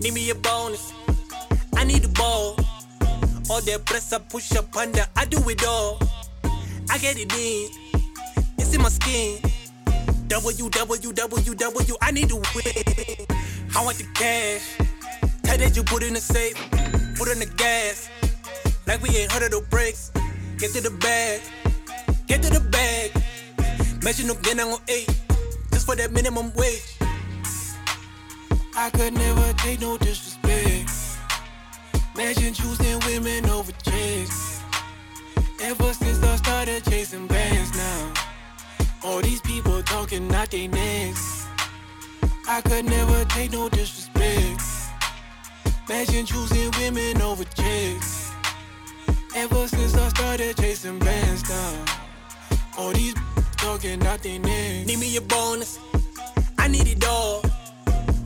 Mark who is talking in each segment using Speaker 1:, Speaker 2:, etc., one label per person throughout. Speaker 1: Need me a bonus. I need a ball. All that press up, push up, under. I do it all. I get it in. It's in my skin. WWWW, I need to win. I want the cash. Tell that you put in the safe. Put in the gas. Like we ain't heard of the brakes. Get to the bag. Get to the bag. Measure no gain on eight. Just for that minimum wage. I could never take no disrespect. Imagine choosing women over chicks. Ever since I started chasing bands now. All these people talking, not they necks. I could never take no disrespect. Imagine choosing women over chicks. Ever since I started chasing bands now. All these talking, not they necks. Need me a bonus. I need it all.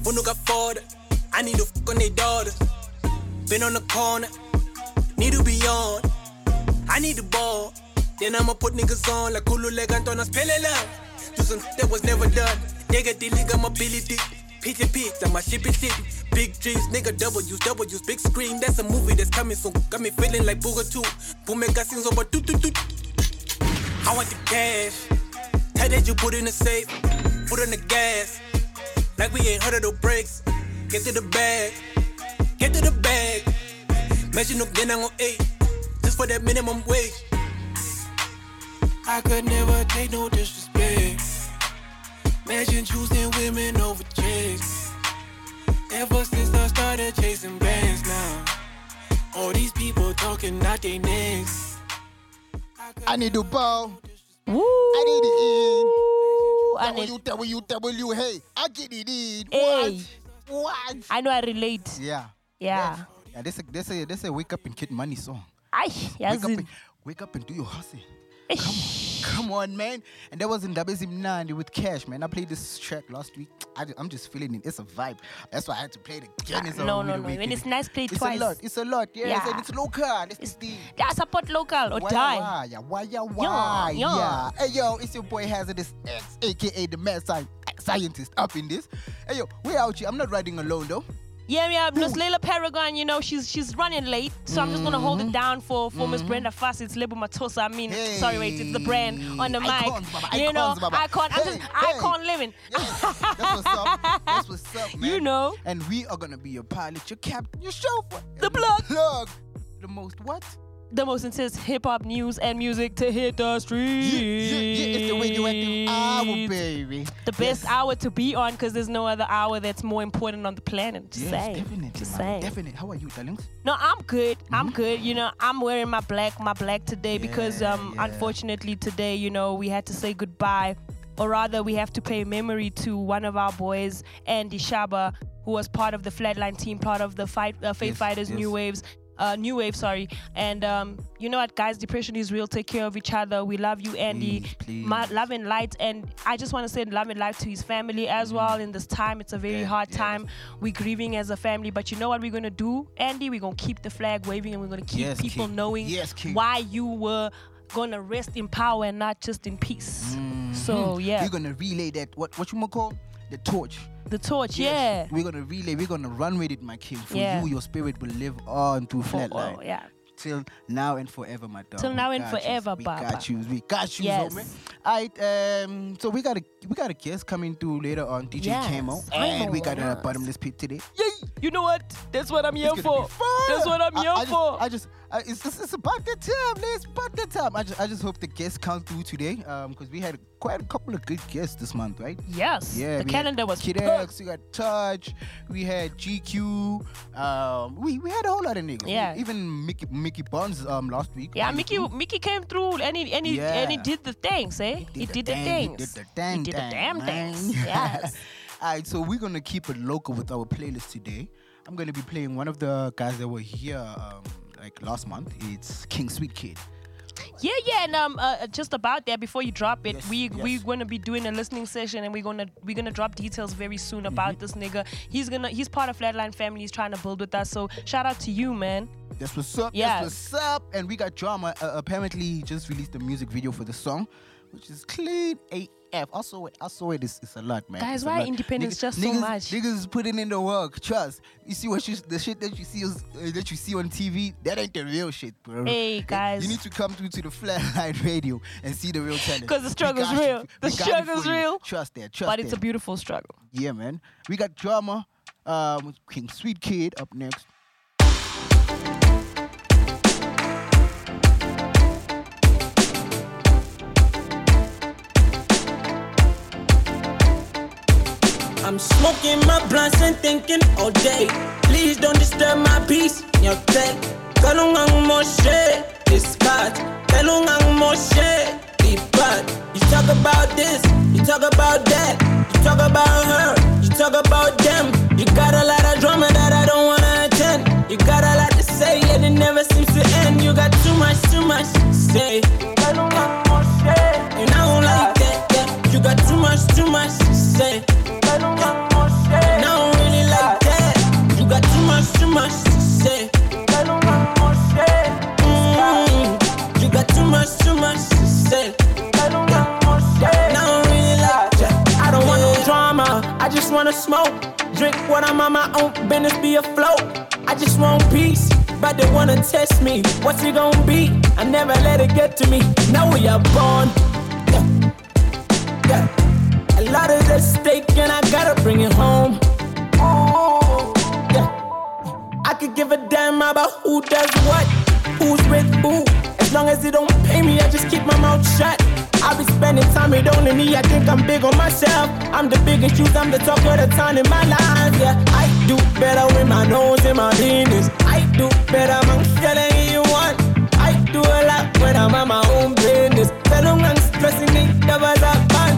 Speaker 1: Who no got fodder? I need to fuck on their daughters. Been on the corner, need to be on. I need the ball. Then I'ma put niggas on like Kulu Legantonas Pelela. Do some that was never done. Nigga, the league, I'm ability. Pity pigs, I'ma ship it shit. Big dreams, nigga, W's, W's, big screen. That's a movie that's coming soon. Got me feeling like Booger 2. Boomega sings over toot toot toot. I want the cash. Tell that you put in the safe. Put on the gas. Like we ain't heard of the brakes. Get to the bag, get to the bag. Measure no gain on eight, just for that minimum wage. I could never take no disrespect. Imagine choosing women over chicks. Ever since I started chasing bands now, all these people talking not they necks.
Speaker 2: I need to bow.
Speaker 3: Woo!
Speaker 2: I need
Speaker 3: Woo!
Speaker 2: it
Speaker 3: And
Speaker 2: in.
Speaker 3: it-
Speaker 2: WWW, hey, I get it in.
Speaker 3: Hey.
Speaker 2: What? What?
Speaker 3: I know I relate.
Speaker 2: Yeah.
Speaker 3: Yeah.
Speaker 2: Yeah, this a, this a, this a wake up and kid money song.
Speaker 3: Ay,
Speaker 2: Wake up,
Speaker 3: yazi.
Speaker 2: and, wake up and do your hustle. Come on, man. And that was in Dabezimnandi with Cash, man. I played this track last week. I, am just feeling it. It's a vibe. That's why I had to play it again. It's a
Speaker 3: no,
Speaker 2: really
Speaker 3: no, no.
Speaker 2: wicked-
Speaker 3: When it's nice, play it
Speaker 2: it's
Speaker 3: twice.
Speaker 2: a lot. It's a lot. Yes,
Speaker 3: Yeah.
Speaker 2: and it's local. It's,
Speaker 3: It's-
Speaker 2: the
Speaker 3: Yeah, support local or
Speaker 2: Why,
Speaker 3: die.
Speaker 2: Why, why, why, why,
Speaker 3: yeah.
Speaker 2: yeah. Hey, yo, it's your boy Hazardous X, aka the mad sci- scientist up in this. Hey, yo, we out here. I'm not riding alone, though.
Speaker 3: Yeah, yeah, Miss Layla Paragon, you know, she's she's running late, so I'm just gonna hold
Speaker 2: Mm-hmm.
Speaker 3: it down for for Miss Brenda Fast. It's Label Matosa. I mean, sorry, wait, it's the brand on the
Speaker 2: Icons,
Speaker 3: mic.
Speaker 2: baba,
Speaker 3: you know,
Speaker 2: icons, baba.
Speaker 3: icon. I'm
Speaker 2: Hey,
Speaker 3: just
Speaker 2: hey.
Speaker 3: icon living.
Speaker 2: Yes, that's what's up. That's what's up, man.
Speaker 3: You know.
Speaker 2: And we are gonna be your pilot, your captain, your chauffeur,
Speaker 3: The
Speaker 2: and
Speaker 3: plug.
Speaker 2: plug, the most what?
Speaker 3: The most intense hip hop news and music to hit the
Speaker 2: Yeah,
Speaker 3: streets.
Speaker 2: yeah, yeah, it's the radioactive hour, baby.
Speaker 3: The best
Speaker 2: Yes.
Speaker 3: hour to be on because there's no other hour that's more important on the planet. Just
Speaker 2: Yes,
Speaker 3: saying.
Speaker 2: definitely,
Speaker 3: Just
Speaker 2: man,
Speaker 3: saying.
Speaker 2: definitely. How are you, darlings?
Speaker 3: No, I'm good. I'm good. You know, I'm wearing my black, my black today because
Speaker 2: Mm-hmm. Yeah,
Speaker 3: um
Speaker 2: yeah.
Speaker 3: unfortunately today, you know, we had to say goodbye or rather we have to pay memory to one of our boys, Andy Shaba, who was part of the Flatline team, part of the fight uh, Faith
Speaker 2: Yes,
Speaker 3: Fighters New
Speaker 2: yes.
Speaker 3: Waves. Uh, new wave, sorry, and um, you know what, guys? Depression is real. Take care of each other. We love you, Andy.
Speaker 2: Please, Mm, please.
Speaker 3: My love and light, and I just want to send love and light to his family as well. In this time, it's a very
Speaker 2: Mm. Yeah,
Speaker 3: hard
Speaker 2: yeah,
Speaker 3: time. We're grieving as a family, but you know what we're gonna do, Andy? We're gonna keep the flag waving, and we're gonna keep
Speaker 2: Yes,
Speaker 3: people
Speaker 2: King.
Speaker 3: knowing
Speaker 2: Yes, King.
Speaker 3: why you were gonna rest in power and not just in peace. So yeah,
Speaker 2: Hmm. We're Mm-hmm. gonna relay that. What what you gonna call the torch?
Speaker 3: the torch,
Speaker 2: Yes.
Speaker 3: yeah.
Speaker 2: We're gonna relay, we're gonna run with it, my king. For
Speaker 3: Yeah.
Speaker 2: you, your spirit will live on through
Speaker 3: For-
Speaker 2: flatline.
Speaker 3: oh, yeah.
Speaker 2: Till now and forever, my dog.
Speaker 3: Till
Speaker 2: We
Speaker 3: now and
Speaker 2: got yous.
Speaker 3: forever,
Speaker 2: we
Speaker 3: Baba.
Speaker 2: got you. We got you,
Speaker 3: Yes.
Speaker 2: homie. All right, um, so we got a we got a guest coming through later on, DJ
Speaker 3: Yes,
Speaker 2: Camo,
Speaker 3: Camo,
Speaker 2: and we got
Speaker 3: yes.
Speaker 2: a bottomless pit today.
Speaker 3: You know what? That's what I'm here
Speaker 2: It's gonna
Speaker 3: for.
Speaker 2: be fun.
Speaker 3: That's what I'm
Speaker 2: I-
Speaker 3: here
Speaker 2: I just-
Speaker 3: for.
Speaker 2: I just, I, it's, it's, it's about the time, man. It's about the time. I just, I just hope the guests come through today, um, because we had quite a couple of good guests this month, right?
Speaker 3: yes.
Speaker 2: Yeah,
Speaker 3: the
Speaker 2: we
Speaker 3: calendar
Speaker 2: had
Speaker 3: was
Speaker 2: Kid
Speaker 3: packed.
Speaker 2: X, we got Touch, we had GQ, um, we we had a whole lot of niggas.
Speaker 3: Yeah.
Speaker 2: even Mickey Mickey Bonds um last week.
Speaker 3: Yeah,
Speaker 2: on the
Speaker 3: Mickey
Speaker 2: group.
Speaker 3: Mickey came through and he and he, and he
Speaker 2: Yeah.
Speaker 3: did the things, eh? He did, the
Speaker 2: thing,
Speaker 3: things.
Speaker 2: He did the dang,
Speaker 3: He did the
Speaker 2: thing,
Speaker 3: damn
Speaker 2: man.
Speaker 3: things. Yes.
Speaker 2: All right, so we're gonna keep it local with our playlist today. I'm gonna be playing one of the guys that were here um, like last month. It's King Sweet Kid.
Speaker 3: yeah, yeah, and um, uh, just about that. Before you drop it,
Speaker 2: Yes,
Speaker 3: we
Speaker 2: yes.
Speaker 3: we're gonna be doing a listening session, and we're gonna we're gonna drop details very
Speaker 4: Mm-hmm.
Speaker 3: soon about this nigga. He's gonna he's part of Flatline family. He's trying to build with us. So shout out to you, man.
Speaker 2: That's what's up.
Speaker 3: Yes.
Speaker 2: That's what's up. And we got drama. Uh, apparently, he just released a music video for the song, which is clean AF. F. Also, also it is it's a lot, man.
Speaker 3: Guys,
Speaker 2: It's a
Speaker 3: why
Speaker 2: lot.
Speaker 3: independence
Speaker 2: Niggas-
Speaker 3: just so
Speaker 2: niggas,
Speaker 3: much?
Speaker 2: Niggas is putting in the work. Trust. You see what you, the shit that you see is- uh, that you see on TV. That ain't the real shit, bro.
Speaker 3: Hey,
Speaker 2: You-
Speaker 3: guys.
Speaker 2: You need to come to, to the flatline radio and see the real talent.
Speaker 3: 'Cause the
Speaker 2: We
Speaker 3: struggle's
Speaker 2: got you.
Speaker 3: real. The
Speaker 2: We got you
Speaker 3: struggle's
Speaker 2: for you.
Speaker 3: real.
Speaker 2: Trust that. Trust
Speaker 3: but
Speaker 2: that.
Speaker 3: it's a beautiful struggle.
Speaker 2: yeah, man. We got drama. Um, with King Sweet Kid up next.
Speaker 5: I'm smoking my blunts and thinking all day. Please don't disturb my peace. Nyote, kalungang moshe, this part. Kalungang moshe, this part. You talk about this, you talk about that, you talk about her, you talk about them. You got a lot of drama that I don't wanna attend. You got a lot to say and it never seems to end. You got too much, too much to say. Kalungang moshe, and I don't like that. that. You got too much, too much to say. And I don't really like that. You got too much, too much to say. Mm, you got too much, too much to say. And I don't really like that. I don't want no drama. I just wanna smoke, drink what I'm on my own business, be afloat. I just want peace, but they wanna test me. What's it gonna be? I never let it get to me. Now we are born. Yeah. Yeah. A lot is at stake and I gotta bring it home. Oh. Yeah. I could give a damn about who does what, who's with who. As long as it don't pay me, I just keep my mouth shut. I be spending time with only me, I think I'm big on myself. I'm the biggest youth, I'm the talk of the town in my lines. Yeah, I do better with my nose and my penis. I do better, I'm telling you what. I do a lot when I'm on my own business. Fellow I'm stressing it, never that bad.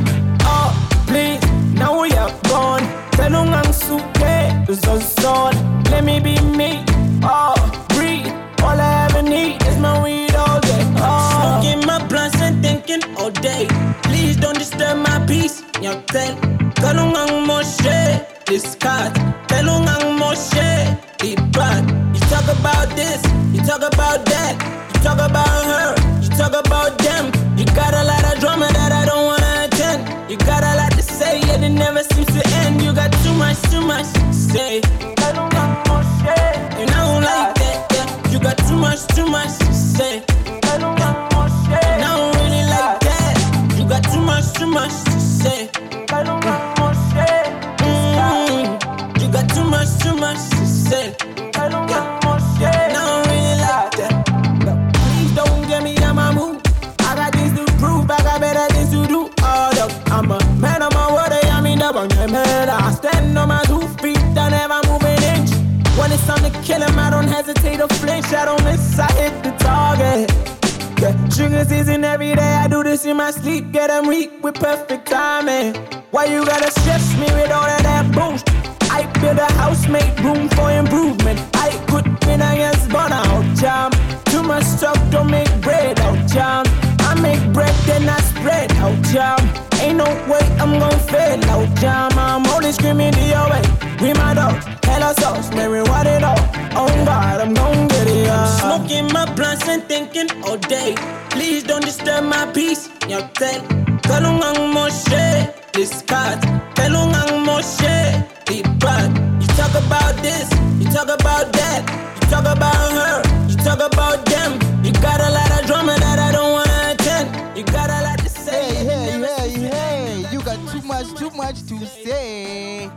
Speaker 5: Oh, please, now we are gone. Fellow I'm super, is on zone. Let me be me. Oh, breathe. All I ever need is my weed all day. Oh. Smoking my blunts and thinking all day. Please don't disturb my peace. Your thing. Kalungang Moshe, this cat. Kalungang Moshe, the bad. You talk about this, you talk about that, you talk about her, you talk about them. You got a lot of drama that I don't wanna attend. You got a lot to say, and it never seems to end. You got too much, too much to say. And I don't like that, yeah. You got too much, too much to say. And I don't really like that. You got too much, too much to say. Mm, you got too much, too much to say. And I don't really like that. No, Please don't get me on my mood. I got things to prove, I got better things to do. Oh, no, I'm a man of my word, I mean, I'm a man. I stand on my two feet, I never move an inch. When it's time to kill him, I don't hesitate to flinch. I don't miss, I hit the target. Yeah, sugar season every day. I do this in my sleep. Get them weak with perfect timing. Why you gotta stress me with all of that boost? I build a house, make room for improvement. I could win against burnout jam. Too much talk don't make bread out jam. I make bread then I spread out jam. Ain't no way I'm gon' fail out jam. I'm only screaming the away. We my dog, hella sauce, Mary, what it all? Oh God, I'm gon' get it up. Smoking my blunts and thinking all day. Please don't disturb my peace. Nyote, kalungang moshe, this cat. Kalungang moshe, the bad. You talk about this, you talk about that, you talk about her, you talk about them. You got a lot of drama that I don't wanna attend. You got a lot to say.
Speaker 2: Hey, hey, hey, hey, you got too much, too much to say.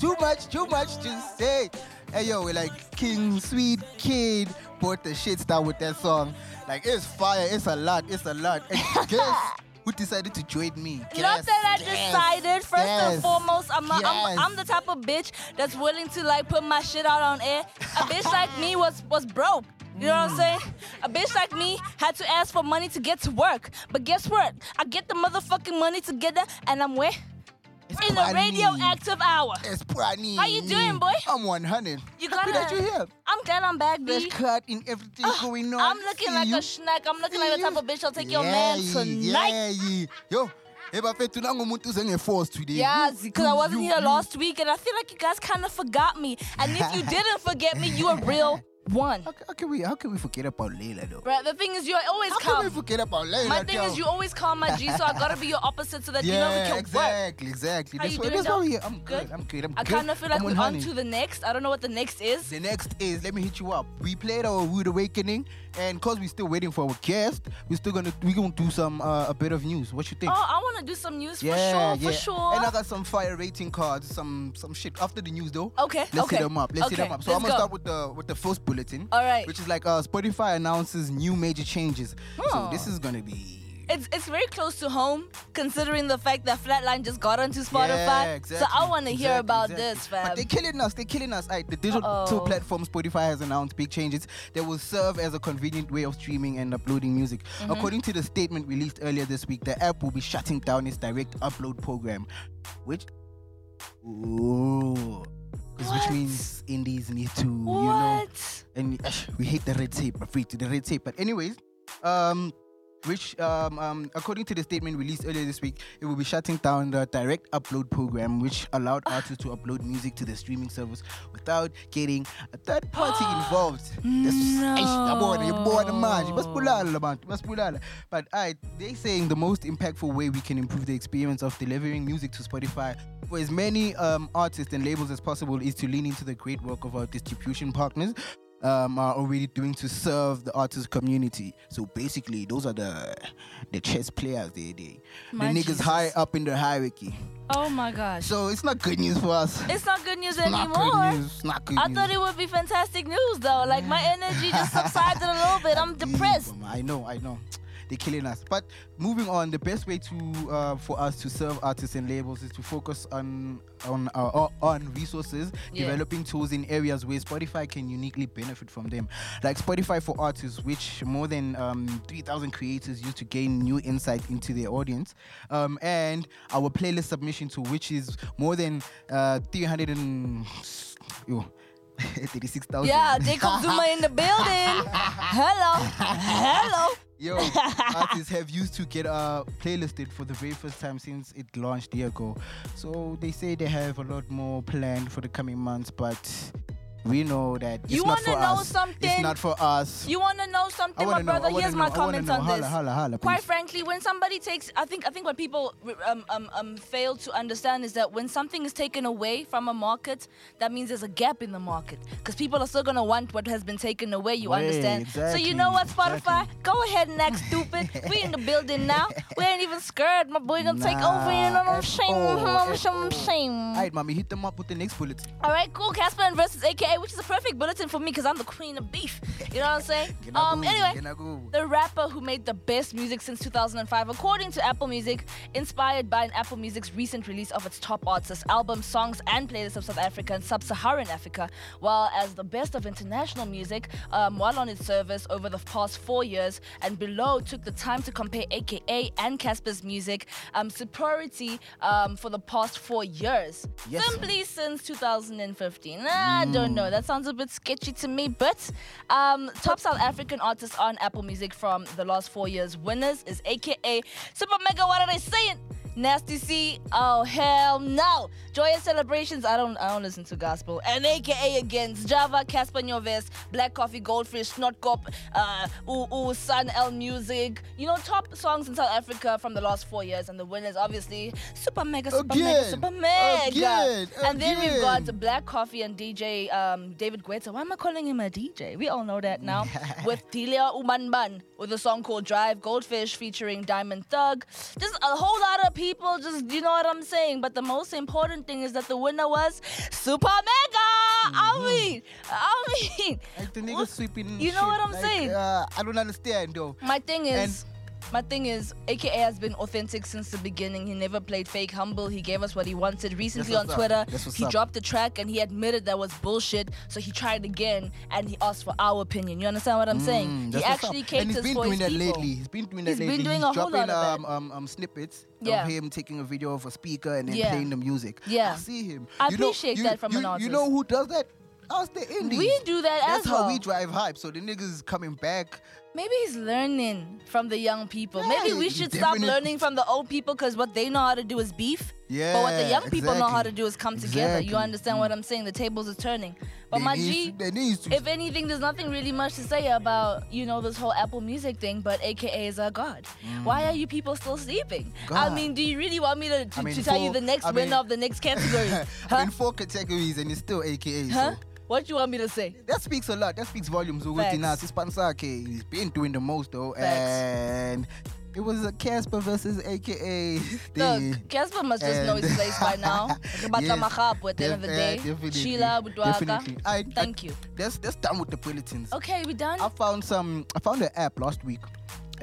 Speaker 2: Too much, too much to say. Hey, yo, we're like King Sweet Kid bought the shit star with that song. Like, it's fire, it's a lot, it's a lot. And guess who decided to join me?
Speaker 6: Not
Speaker 2: Guess,
Speaker 6: that I
Speaker 2: guess,
Speaker 6: decided. First
Speaker 2: guess.
Speaker 6: and foremost, I'm, not,
Speaker 2: Yes.
Speaker 6: I'm I'm the type of bitch that's willing to like put my shit out on air. A bitch like me was was broke. You know what I'm saying?
Speaker 2: Mm.
Speaker 6: A bitch like me had to ask for money to get to work. But guess what? I get the motherfucking money together and I'm where?
Speaker 2: It's
Speaker 6: In the
Speaker 2: Prani.
Speaker 6: radioactive hour.
Speaker 2: It's Prani.
Speaker 6: How you doing, boy?
Speaker 2: I'm 100.
Speaker 6: You gotta.
Speaker 2: Happy that you here.
Speaker 6: I'm glad I'm back,
Speaker 2: Fresh
Speaker 6: B.
Speaker 2: cut in everything going on.
Speaker 6: I'm looking
Speaker 2: See
Speaker 6: like
Speaker 2: you.
Speaker 6: a snack. I'm looking like the type of bitch that'll take your man
Speaker 2: Yeah,
Speaker 6: tonight.
Speaker 2: yeah, yeah. Yo, ebafethu nangu umuntu uzenge-force today.
Speaker 6: Yeah,
Speaker 2: You-
Speaker 6: because I
Speaker 2: you-
Speaker 6: wasn't
Speaker 2: you-
Speaker 6: here
Speaker 2: you-
Speaker 6: last week, and I feel like you guys kind of forgot me. And if you didn't forget me, you a real One.
Speaker 2: How, how can we how can we forget about Layla though?
Speaker 6: Bruh, the thing is, you're always
Speaker 2: How can we
Speaker 6: calm.
Speaker 2: forget about Layla?
Speaker 6: My thing
Speaker 2: though?
Speaker 6: is, you always calm, my G. So I gotta be your opposite so that
Speaker 2: yeah,
Speaker 6: you know we can work.
Speaker 2: exactly, exactly.
Speaker 6: How
Speaker 2: That's
Speaker 6: you
Speaker 2: why
Speaker 6: doing,
Speaker 2: that's why
Speaker 6: dog?
Speaker 2: we here. I'm good.
Speaker 6: Good?
Speaker 2: I'm good. I'm
Speaker 6: I
Speaker 2: good.
Speaker 6: kind of feel like
Speaker 2: I'm
Speaker 6: we're on
Speaker 2: honey.
Speaker 6: to the next. I don't know what the next is.
Speaker 2: The next is let me hit you up. We played our Rude Awakening, and cause we're still waiting for our guest, we're still gonna we gonna do some uh, a bit of news. What you
Speaker 6: Oh,
Speaker 2: think?
Speaker 6: I wanna do some news
Speaker 2: yeah,
Speaker 6: for sure,
Speaker 2: yeah.
Speaker 6: for sure.
Speaker 2: And I got some fire rating cards, some some shit after the news though.
Speaker 6: Okay,
Speaker 2: Let's
Speaker 6: okay.
Speaker 2: hit them up. Let's hit
Speaker 6: Okay,
Speaker 2: them up. So
Speaker 6: let's
Speaker 2: I'm gonna
Speaker 6: go.
Speaker 2: start with the with the first bulletin.
Speaker 6: All right.
Speaker 2: Which is like uh, Spotify announces new major changes. So
Speaker 6: Oh.
Speaker 2: this is gonna be
Speaker 6: It's it's very close to home, considering the fact that Flatline just got onto Spotify.
Speaker 2: Yeah,
Speaker 6: So I want to hear
Speaker 2: exactly,
Speaker 6: about
Speaker 2: exactly.
Speaker 6: this, fam.
Speaker 2: But they're killing us. They're killing us. Aight, the digital
Speaker 6: Uh-oh.
Speaker 2: platform Spotify has announced big changes that will serve as a convenient way of streaming and uploading music. According to the statement released earlier this week, the app will be shutting down its direct upload program, which, ooh, 'Cause which
Speaker 6: What?
Speaker 2: means indies need to,
Speaker 6: what?
Speaker 2: you know, and eh, we hate the red tape, free to the red tape. But anyways, um, which um, um, according to the statement released earlier this week, it will be shutting down the direct upload program, which allowed
Speaker 6: Ah.
Speaker 2: artists to upload music to the streaming service without getting a third party involved. This is- eish, yabona, yabona manje,
Speaker 6: Oh.
Speaker 2: basibulala bantu, basibulala. But I, they saying the most impactful way we can improve the experience of delivering music to Spotify for as many um, artists and labels as possible is to lean into the great work of our distribution partners um, are already doing to serve the artist community. So basically, those are the the chess players. They they
Speaker 6: My
Speaker 2: the niggas
Speaker 6: Jesus.
Speaker 2: high up in the hierarchy.
Speaker 6: Oh my gosh.
Speaker 2: So it's not good news for us.
Speaker 6: it's not good news
Speaker 2: not
Speaker 6: anymore.
Speaker 2: good news. It's not good
Speaker 6: I
Speaker 2: news.
Speaker 6: thought it would be fantastic news though. Like my energy just subsided a little bit. I'm depressed.
Speaker 2: Mm, I know, I know. They're killing us. But moving on, the best way to uh, for us to serve artists and labels is to focus on on uh, on resources,
Speaker 6: Yeah.
Speaker 2: developing tools in areas where Spotify can uniquely benefit from them, like Spotify for Artists, which more than um, three thousand creators use to gain new insight into their audience, um, and our playlist submission tool, which is more than uh, three hundred and. yo, 36,000.
Speaker 6: Yeah, Jacob Zuma in the building. Hello. Hello.
Speaker 2: Yo, artists have used to get uh, playlisted for the very first time since it launched a year ago. So they say they have a lot more planned for the coming months, but we know that it's
Speaker 6: You
Speaker 2: not
Speaker 6: wanna
Speaker 2: for
Speaker 6: know
Speaker 2: us. It's
Speaker 6: something?
Speaker 2: not for us.
Speaker 6: You wanna know
Speaker 2: I
Speaker 6: something,
Speaker 2: wanna
Speaker 6: my
Speaker 2: know, I
Speaker 6: brother?
Speaker 2: wanna
Speaker 6: Here's
Speaker 2: know,
Speaker 6: my
Speaker 2: I wanna
Speaker 6: comments
Speaker 2: know.
Speaker 6: on
Speaker 2: Holla,
Speaker 6: this.
Speaker 2: holla, holla,
Speaker 6: Quite
Speaker 2: please.
Speaker 6: frankly, when somebody takes, I think, I think what people um, um, um, fail to understand is that when something is taken away from a market, that means there's a gap in the market because people are still gonna want what has been taken away. You
Speaker 2: Way,
Speaker 6: understand? So you
Speaker 2: exactly,
Speaker 6: know what, Spotify?
Speaker 2: exactly.
Speaker 6: Go ahead and act stupid. we in the building now. We ain't even scared. My boy gonna take over. You know what I'm saying?
Speaker 2: Oh,
Speaker 6: Mhm, I'm saying?
Speaker 2: Alright, eh, mommy, hit them up with the next bullet.
Speaker 6: All right, cool. Casper and versus AKA, which is a perfect bulletin for me because I'm the queen of beef. You know what I'm saying? um, anyway, the rapper who made the best music since 2005, according to Apple Music, inspired by an Apple Music's recent release of its top artists, albums, songs, and playlists of South Africa and Sub-Saharan Africa, while as the best of international music, um, while on its service over the past four years, and below took the time to compare AKA and Casper's music um, superiority um, for the past four years.
Speaker 2: Yes.
Speaker 6: Simply since 2015. Nah, I don't know. That sounds a bit sketchy to me, but um, top South African artists on Apple Music from the last four years winners is AKA Super Mega. What are they saying? Nasty C. Oh hell no! Joyous celebrations. I don't. I don't listen to gospel. And AKA against Java, Casper Nyoves, Black Coffee, Goldfish, Snotkop, uh, Ooh Ooh, Sun L Music. You know, top songs in South Africa from the last four years, and the winners obviously Super Mega, Super Mega,
Speaker 2: Again.
Speaker 6: Super Mega.
Speaker 2: Again.
Speaker 6: And then we've
Speaker 2: Again.
Speaker 6: got Black Coffee and DJ um, David Guetta. Why am I calling him a DJ? We all know that now. with Delia Umanban with a song called Drive Goldfish featuring Diamond Thug. Just a whole lot of people, just you know what I'm saying. But the most important thing is that the winner was Super Mega. I mean, I mean,
Speaker 2: Mm-hmm. Like the niggas
Speaker 6: What-
Speaker 2: sweeping.
Speaker 6: you know
Speaker 2: shit,
Speaker 6: what I'm
Speaker 2: like,
Speaker 6: saying?
Speaker 2: Uh, I don't understand though.
Speaker 6: my thing is. my thing is, AKA has been authentic since the beginning. He never played fake humble. He gave us what he wanted. Recently on
Speaker 2: what's up.
Speaker 6: Twitter,
Speaker 2: That's what's
Speaker 6: he
Speaker 2: up.
Speaker 6: dropped the track and he admitted that was bullshit. So he tried again and he asked for our opinion. You understand what I'm saying? He
Speaker 2: That's what's
Speaker 6: actually
Speaker 2: Mm, up. and
Speaker 6: caters
Speaker 2: he's been
Speaker 6: for
Speaker 2: doing
Speaker 6: his
Speaker 2: that
Speaker 6: people.
Speaker 2: lately. He's been doing that
Speaker 6: He's been
Speaker 2: lately.
Speaker 6: doing
Speaker 2: he's
Speaker 6: a whole
Speaker 2: dropping
Speaker 6: lot of
Speaker 2: um, um um snippets
Speaker 6: Yeah.
Speaker 2: of him taking a video of a speaker and then
Speaker 6: Yeah.
Speaker 2: playing the music.
Speaker 6: Yeah.
Speaker 2: I see him.
Speaker 6: I
Speaker 2: You know-
Speaker 6: appreciate
Speaker 2: you-
Speaker 6: that from
Speaker 2: you,
Speaker 6: an
Speaker 2: You know
Speaker 6: artist.
Speaker 2: who does that? Us the indies.
Speaker 6: We do that
Speaker 2: That's
Speaker 6: as
Speaker 2: how
Speaker 6: well.
Speaker 2: we drive hype. So the niggas coming back.
Speaker 6: Maybe he's learning from the young people. Maybe
Speaker 2: Yeah,
Speaker 6: we
Speaker 2: he
Speaker 6: should stop
Speaker 2: definitely-
Speaker 6: learning from the old people because what they know how to do is beef. But what the
Speaker 2: Yeah,
Speaker 6: young people know how
Speaker 2: exactly.
Speaker 6: to do is come together. You
Speaker 2: Exactly.
Speaker 6: understand what I'm saying? The tables are turning. But
Speaker 2: They
Speaker 6: my
Speaker 2: needs-
Speaker 6: G,
Speaker 2: they needs to
Speaker 6: if anything, there's nothing really much to say about, you know, this whole Apple Music thing, but AKA is our God. Why are you people still sleeping? I
Speaker 2: Mm. God.
Speaker 6: mean, do you really want me to, to,
Speaker 2: I mean,
Speaker 6: to tell you
Speaker 2: full-
Speaker 6: the next
Speaker 2: I
Speaker 6: winner
Speaker 2: mean-
Speaker 6: of the next category?
Speaker 2: I'm
Speaker 6: huh?
Speaker 2: in four categories and it's still AKA.
Speaker 6: Huh?
Speaker 2: So
Speaker 6: What you want me to say?
Speaker 2: that speaks a lot. That speaks volumes.
Speaker 6: Facts.
Speaker 2: With us, it's Pansake. He's been doing the most though,
Speaker 6: Facts.
Speaker 2: and it was a Casper versus AKA thing.
Speaker 6: Look, Casper must just know his
Speaker 2: And-
Speaker 6: place by now. But
Speaker 2: Yes,
Speaker 6: at the end of the
Speaker 2: def-
Speaker 6: day.
Speaker 2: yeah, definitely,
Speaker 6: Sheila
Speaker 2: definitely.
Speaker 6: Budwaka.
Speaker 2: I- I-
Speaker 6: Thank you.
Speaker 2: Let's let's done with the bulletins.
Speaker 6: Okay, we done.
Speaker 2: I found some. I found an app last week,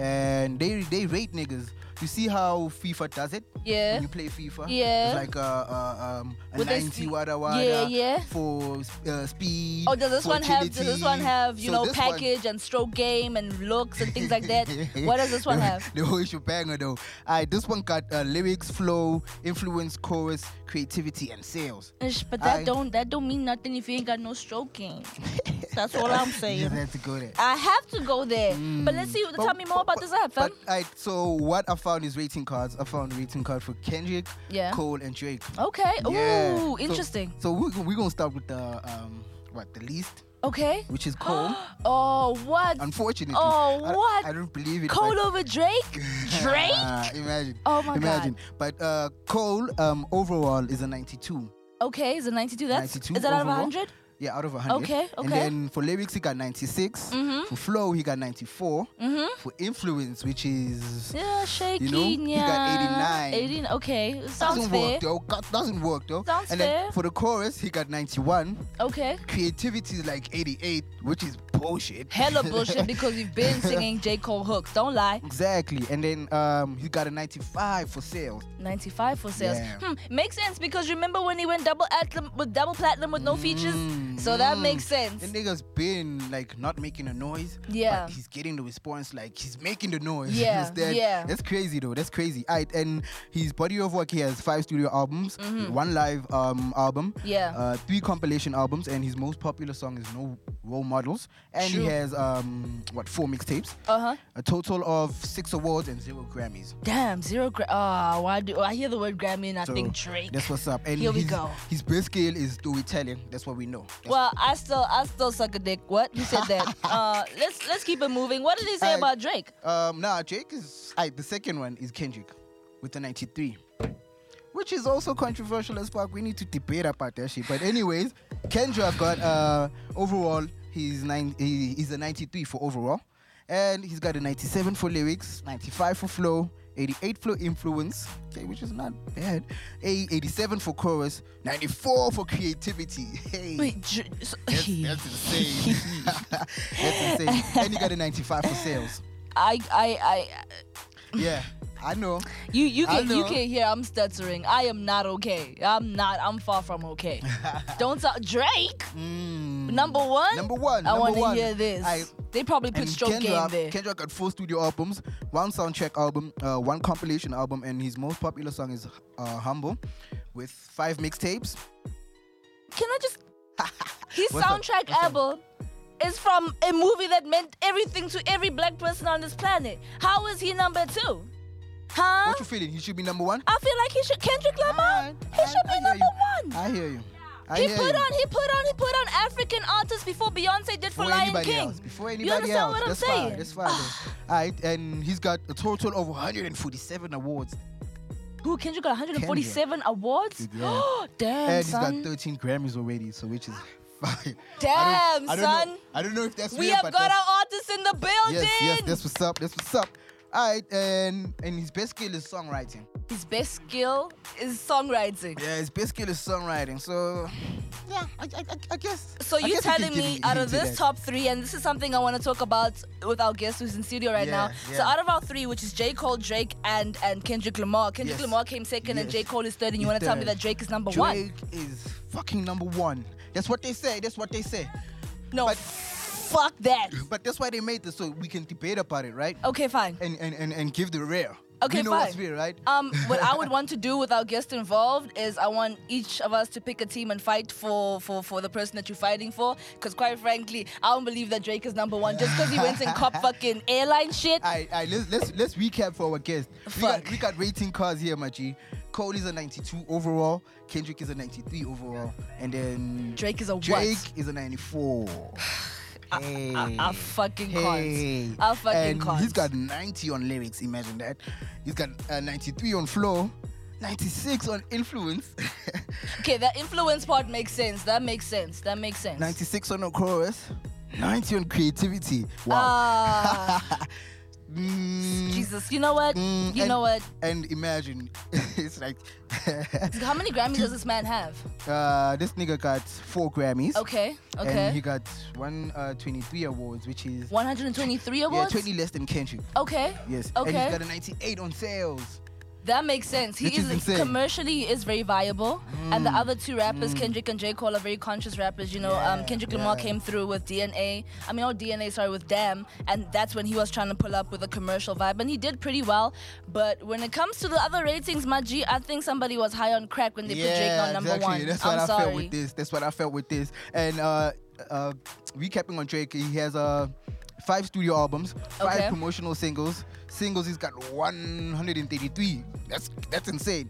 Speaker 2: and they they rate niggas. You see how FIFA does it?
Speaker 6: Yeah.
Speaker 2: When you play FIFA,
Speaker 6: Yeah.
Speaker 2: It's like a, a, um, a
Speaker 6: With the
Speaker 2: 90
Speaker 6: spe-
Speaker 2: wada wada
Speaker 6: Yeah, yeah.
Speaker 2: for uh, speed.
Speaker 6: Oh, does this
Speaker 2: for
Speaker 6: one have? Does this one
Speaker 2: agility.
Speaker 6: have? You
Speaker 2: So
Speaker 6: know,
Speaker 2: this one-
Speaker 6: package and stroke game and looks and things like that. what does this one
Speaker 2: The-
Speaker 6: have?
Speaker 2: The whole banger though. Alright, this one got uh, lyrics, flow, influence, chorus, creativity, and sales.
Speaker 6: Ish, but that
Speaker 2: I-
Speaker 6: don't that don't mean nothing if you ain't got no stroke game. That's all I'm
Speaker 2: You just
Speaker 6: saying.
Speaker 2: had to go there.
Speaker 6: I have to go there. But let's see.
Speaker 2: Mm. But-
Speaker 6: Tell me more about
Speaker 2: but-
Speaker 6: this app, fam.
Speaker 2: But alright, so what I found is rating cards. I found a rating card for Kendrick,
Speaker 6: Yeah.
Speaker 2: Cole, and Drake.
Speaker 6: Okay. Ooh,
Speaker 2: Yeah. So-
Speaker 6: interesting.
Speaker 2: So, we're, gon- we're gonna start with the um what the least,
Speaker 6: Okay.
Speaker 2: which is Cole.
Speaker 6: Oh, what?
Speaker 2: Unfortunately,
Speaker 6: Oh,
Speaker 2: I-
Speaker 6: what?
Speaker 2: I, don't believe it.
Speaker 6: Cole
Speaker 2: but-
Speaker 6: over Drake? Drake?
Speaker 2: imagine.
Speaker 6: Oh my
Speaker 2: imagine. But uh, Cole um, overall is a 92.
Speaker 6: Okay, is it 92? That's
Speaker 2: 92
Speaker 6: is that out of
Speaker 2: overall.
Speaker 6: 100?
Speaker 2: Yeah, out of 100.
Speaker 6: Okay, okay. Mm-hmm.
Speaker 2: And then for lyrics, he got 96. For flow, he got 94. For influence, which is.
Speaker 6: Yeah, shaky.
Speaker 2: You know, he got 89.
Speaker 6: 18. Okay, sounds
Speaker 2: Doesn't
Speaker 6: fair.
Speaker 2: work though. God, doesn't work though.
Speaker 6: Sounds
Speaker 2: and
Speaker 6: fair.
Speaker 2: then for the chorus, he got 91.
Speaker 6: Okay.
Speaker 2: Creativity is like 88, which is bullshit.
Speaker 6: Hella bullshit because you've been singing J Cole hooks. Don't lie.
Speaker 2: exactly. And then um, he got a 95 for sales.
Speaker 6: 95 for sales.
Speaker 2: Yeah.
Speaker 6: Hmm, makes sense because remember when he went double platinum with double platinum with no features? So that
Speaker 2: mm.
Speaker 6: makes sense.
Speaker 2: The nigga's been like not making a noise.
Speaker 6: Yeah.
Speaker 2: But he's getting the response like he's making the noise.
Speaker 6: Yeah,
Speaker 2: Instead.
Speaker 6: yeah.
Speaker 2: That's crazy though. That's crazy. Alright, and his body of work, he has five studio albums, one live um album,
Speaker 6: Mm-hmm. Yeah.
Speaker 2: uh, three compilation albums, and his most popular song is No Role Models. And
Speaker 6: True.
Speaker 2: he has um what four mixtapes.
Speaker 6: Uh huh.
Speaker 2: A total of six awards and zero Grammys.
Speaker 6: Damn, zero. Gra- ah, why do I hear the word Grammy and I think Drake?
Speaker 2: That's what's up. And
Speaker 6: Here we
Speaker 2: his,
Speaker 6: go.
Speaker 2: His best skill is do Italian. That's what we know. That's
Speaker 6: Well, I still, I still suck a dick. What you said that? uh, let's let's keep it moving. What did they say
Speaker 2: I-
Speaker 6: about Drake?
Speaker 2: Um, nah, Drake is. I, the second one is Kendrick with the 93, which is also controversial as fuck. We need to debate about that shit. But anyways, Kendrick got uh overall he's nine he, he's a 93 for overall, and he's got a 97 for lyrics, 95 for flow. 88 for influence, okay, which is not bad. A 87 for chorus, 94 for creativity. Hey,
Speaker 6: Wait, Dr- so-
Speaker 2: that's, that's insane. that's insane. And he got a 95 for sales.
Speaker 6: I, I,
Speaker 2: Yeah, I know.
Speaker 6: I, you, you
Speaker 2: I
Speaker 6: can, you
Speaker 2: know.
Speaker 6: can hear I'm stuttering. I am not okay. I'm not. I'm far from okay. Don't talk Drake.
Speaker 2: Mm.
Speaker 6: Number one.
Speaker 2: Number one.
Speaker 6: I
Speaker 2: number
Speaker 6: want to
Speaker 2: one.
Speaker 6: hear this.
Speaker 2: I-
Speaker 6: they probably put
Speaker 2: and
Speaker 6: stroke game
Speaker 2: Kendra,
Speaker 6: there.
Speaker 2: Kendra got four studio albums, one soundtrack album, uh, one compilation album, and his most popular song is uh, "Humble," with five mixtapes.
Speaker 6: Can I just? His
Speaker 2: What's up?
Speaker 6: soundtrack
Speaker 2: What's up?
Speaker 6: album is from a movie that meant everything to every black person on this planet. How is he number two? Huh?
Speaker 2: What you feeling? He should be number one.
Speaker 6: Ah. I feel like he should Kendrick Lamar.
Speaker 2: Alright,
Speaker 6: He
Speaker 2: I-
Speaker 6: should
Speaker 2: I
Speaker 6: be
Speaker 2: hear
Speaker 6: number
Speaker 2: you.
Speaker 6: one.
Speaker 2: I hear you. I
Speaker 6: He
Speaker 2: hear
Speaker 6: put
Speaker 2: you.
Speaker 6: on, he put on, he put on African artists before Beyonce did for
Speaker 2: before
Speaker 6: Lion
Speaker 2: anybody
Speaker 6: King.
Speaker 2: else. Before
Speaker 6: you
Speaker 2: anybody
Speaker 6: understand
Speaker 2: else.
Speaker 6: what I'm
Speaker 2: That's
Speaker 6: saying?
Speaker 2: fine. That's fine. though. All right, and he's got a total of 147 awards,
Speaker 6: Who Kendrick got 147 awards?
Speaker 2: Yeah.
Speaker 6: Damn,
Speaker 2: and he's
Speaker 6: son.
Speaker 2: got 13 Grammys already. So which is fine.
Speaker 6: Damn,
Speaker 2: I don't, I don't
Speaker 6: son.
Speaker 2: Know, I don't know if that's
Speaker 6: we
Speaker 2: real,
Speaker 6: have
Speaker 2: but
Speaker 6: got
Speaker 2: that's-
Speaker 6: our artists in the building.
Speaker 2: Yes, yes, that's what's up. That's what's up. All right, and and his best skill is songwriting.
Speaker 6: His best skill is songwriting.
Speaker 2: Yeah, his best skill is songwriting. So yeah, I, I, I- I guess.
Speaker 6: So
Speaker 2: I
Speaker 6: you
Speaker 2: guess we
Speaker 6: telling
Speaker 2: can give
Speaker 6: me
Speaker 2: him-
Speaker 6: out
Speaker 2: him
Speaker 6: of
Speaker 2: to
Speaker 6: this
Speaker 2: that.
Speaker 6: top three, and this is something I want to talk about with our guest who's in studio right now.
Speaker 2: Yeah, yeah.
Speaker 6: So out of our three, which is J. Cole, Drake, and and Kendrick Lamar. Kendrick
Speaker 2: Yes.
Speaker 6: Lamar came second, and
Speaker 2: Yes.
Speaker 6: J. Cole is third. And you
Speaker 2: He's
Speaker 6: want to tell me
Speaker 2: third.
Speaker 6: that Drake is number one?
Speaker 2: Drake is fucking number one. That's what they say. That's what they say.
Speaker 6: No,
Speaker 2: but-
Speaker 6: fuck that.
Speaker 2: But that's why they made this so we can debate about it, right?
Speaker 6: Okay, fine.
Speaker 2: And and and, and give the rare.
Speaker 6: Okay,
Speaker 2: you know
Speaker 6: fine.
Speaker 2: what's real, right?
Speaker 6: Um, what I would want to do with our guest involved is I want each of us to pick a team and fight for for, for the person that you're fighting for. Because quite frankly, I don't believe that Drake is number one just because he went and cop fucking airline shit.
Speaker 2: I, I let's, let's let's recap for our guest. We got,
Speaker 6: Fuck.
Speaker 2: we got rating cards here, my G. Cole is a 92 overall. Kendrick is a 93 overall, and then
Speaker 6: Drake is a
Speaker 2: Drake
Speaker 6: what?
Speaker 2: is a 94. hey.
Speaker 6: I, I fucking
Speaker 2: Hey.
Speaker 6: can't. I fucking
Speaker 2: and
Speaker 6: can't.
Speaker 2: He's got 90 on lyrics, imagine that. He's got uh, 93 on flow, 96 on influence,
Speaker 6: okay, that influence part makes sense. That makes sense. That makes sense.
Speaker 2: 96 on a chorus, 90 on creativity. Wow.
Speaker 6: Ah,
Speaker 2: Mm,
Speaker 6: Jesus. You know what?
Speaker 2: mm,
Speaker 6: you
Speaker 2: and-
Speaker 6: know what?
Speaker 2: And imagine, it's like,
Speaker 6: How many Grammys does this man have?
Speaker 2: uh, this nigga got four Grammys.
Speaker 6: Okay,
Speaker 2: And
Speaker 6: okay.
Speaker 2: he got one uh, 23 awards, which is
Speaker 6: 123
Speaker 2: yeah,
Speaker 6: awards? Oh,
Speaker 2: 20 less than Kendrick.
Speaker 6: Okay.
Speaker 2: Yes. And
Speaker 6: Okay.
Speaker 2: he's got a 98 on sales.
Speaker 6: That makes sense. He
Speaker 2: Which
Speaker 6: is,
Speaker 2: is insane. Mm,
Speaker 6: commercially he is very viable, and the other two rappers, Kendrick and J Cole, are very conscious rappers. You know, um,
Speaker 2: Yeah,
Speaker 6: Kendrick Lamar
Speaker 2: yeah.
Speaker 6: came through with DNA. I mean, not DNA, sorry, with Damn, and that's when he was trying to pull up with a commercial vibe, and he did pretty well. But when it comes to the other ratings, my G, I think somebody was high on crack when they put Drake on number
Speaker 2: exactly.
Speaker 6: one.
Speaker 2: That's
Speaker 6: I'm
Speaker 2: what I
Speaker 6: sorry.
Speaker 2: felt with this. That's what I felt with this. And uh, uh, recapping on Drake, he has uh, five studio albums, five
Speaker 6: Okay.
Speaker 2: promotional singles. Singles, he's got 133. That's that's insane.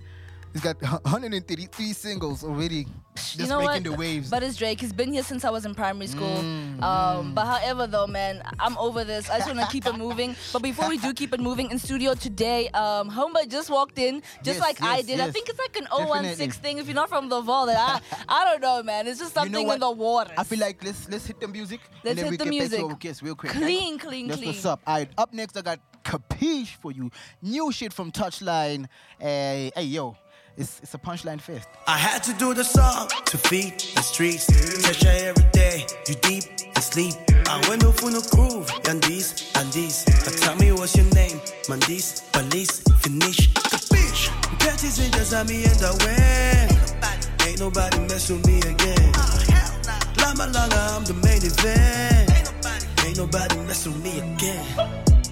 Speaker 2: He's got 133 singles already. Just
Speaker 6: you know
Speaker 2: making
Speaker 6: what?
Speaker 2: the waves. Mm,
Speaker 6: But it's Drake. He's been here since I was in primary school. um, but however, though, man, I'm over this. I just want to keep it moving. But before we do keep it moving in studio today, um, Homeboy just walked in, just
Speaker 2: Yes,
Speaker 6: like I
Speaker 2: yes,
Speaker 6: did. I
Speaker 2: yes.
Speaker 6: think it's like an
Speaker 2: Definitely.
Speaker 6: 016 thing. If you're not from the vault, then I, I don't know, man. It's just
Speaker 2: You know
Speaker 6: something in
Speaker 2: what?
Speaker 6: the water.
Speaker 2: I feel like let's let's hit the music.
Speaker 6: Let's
Speaker 2: and then
Speaker 6: hit
Speaker 2: we
Speaker 6: the
Speaker 2: get
Speaker 6: music.
Speaker 2: Back to our guests real quick.
Speaker 6: Clean, clean,
Speaker 2: That's
Speaker 6: clean.
Speaker 2: what's up. All right, up next I got Capiche for you. New shit from Touchline. Uh, hey yo, it's it's a punchline fest.
Speaker 7: I had to do the song to feed the streets. Touch her every day, you deep asleep. I went off on a groove, and this, and this. But tell me what's your name, man, this, police, finish. The bitch, panties and just on me and I went. Ain't nobody mess with me again. Lama Lala, I'm the main event. Ain't nobody mess with me again.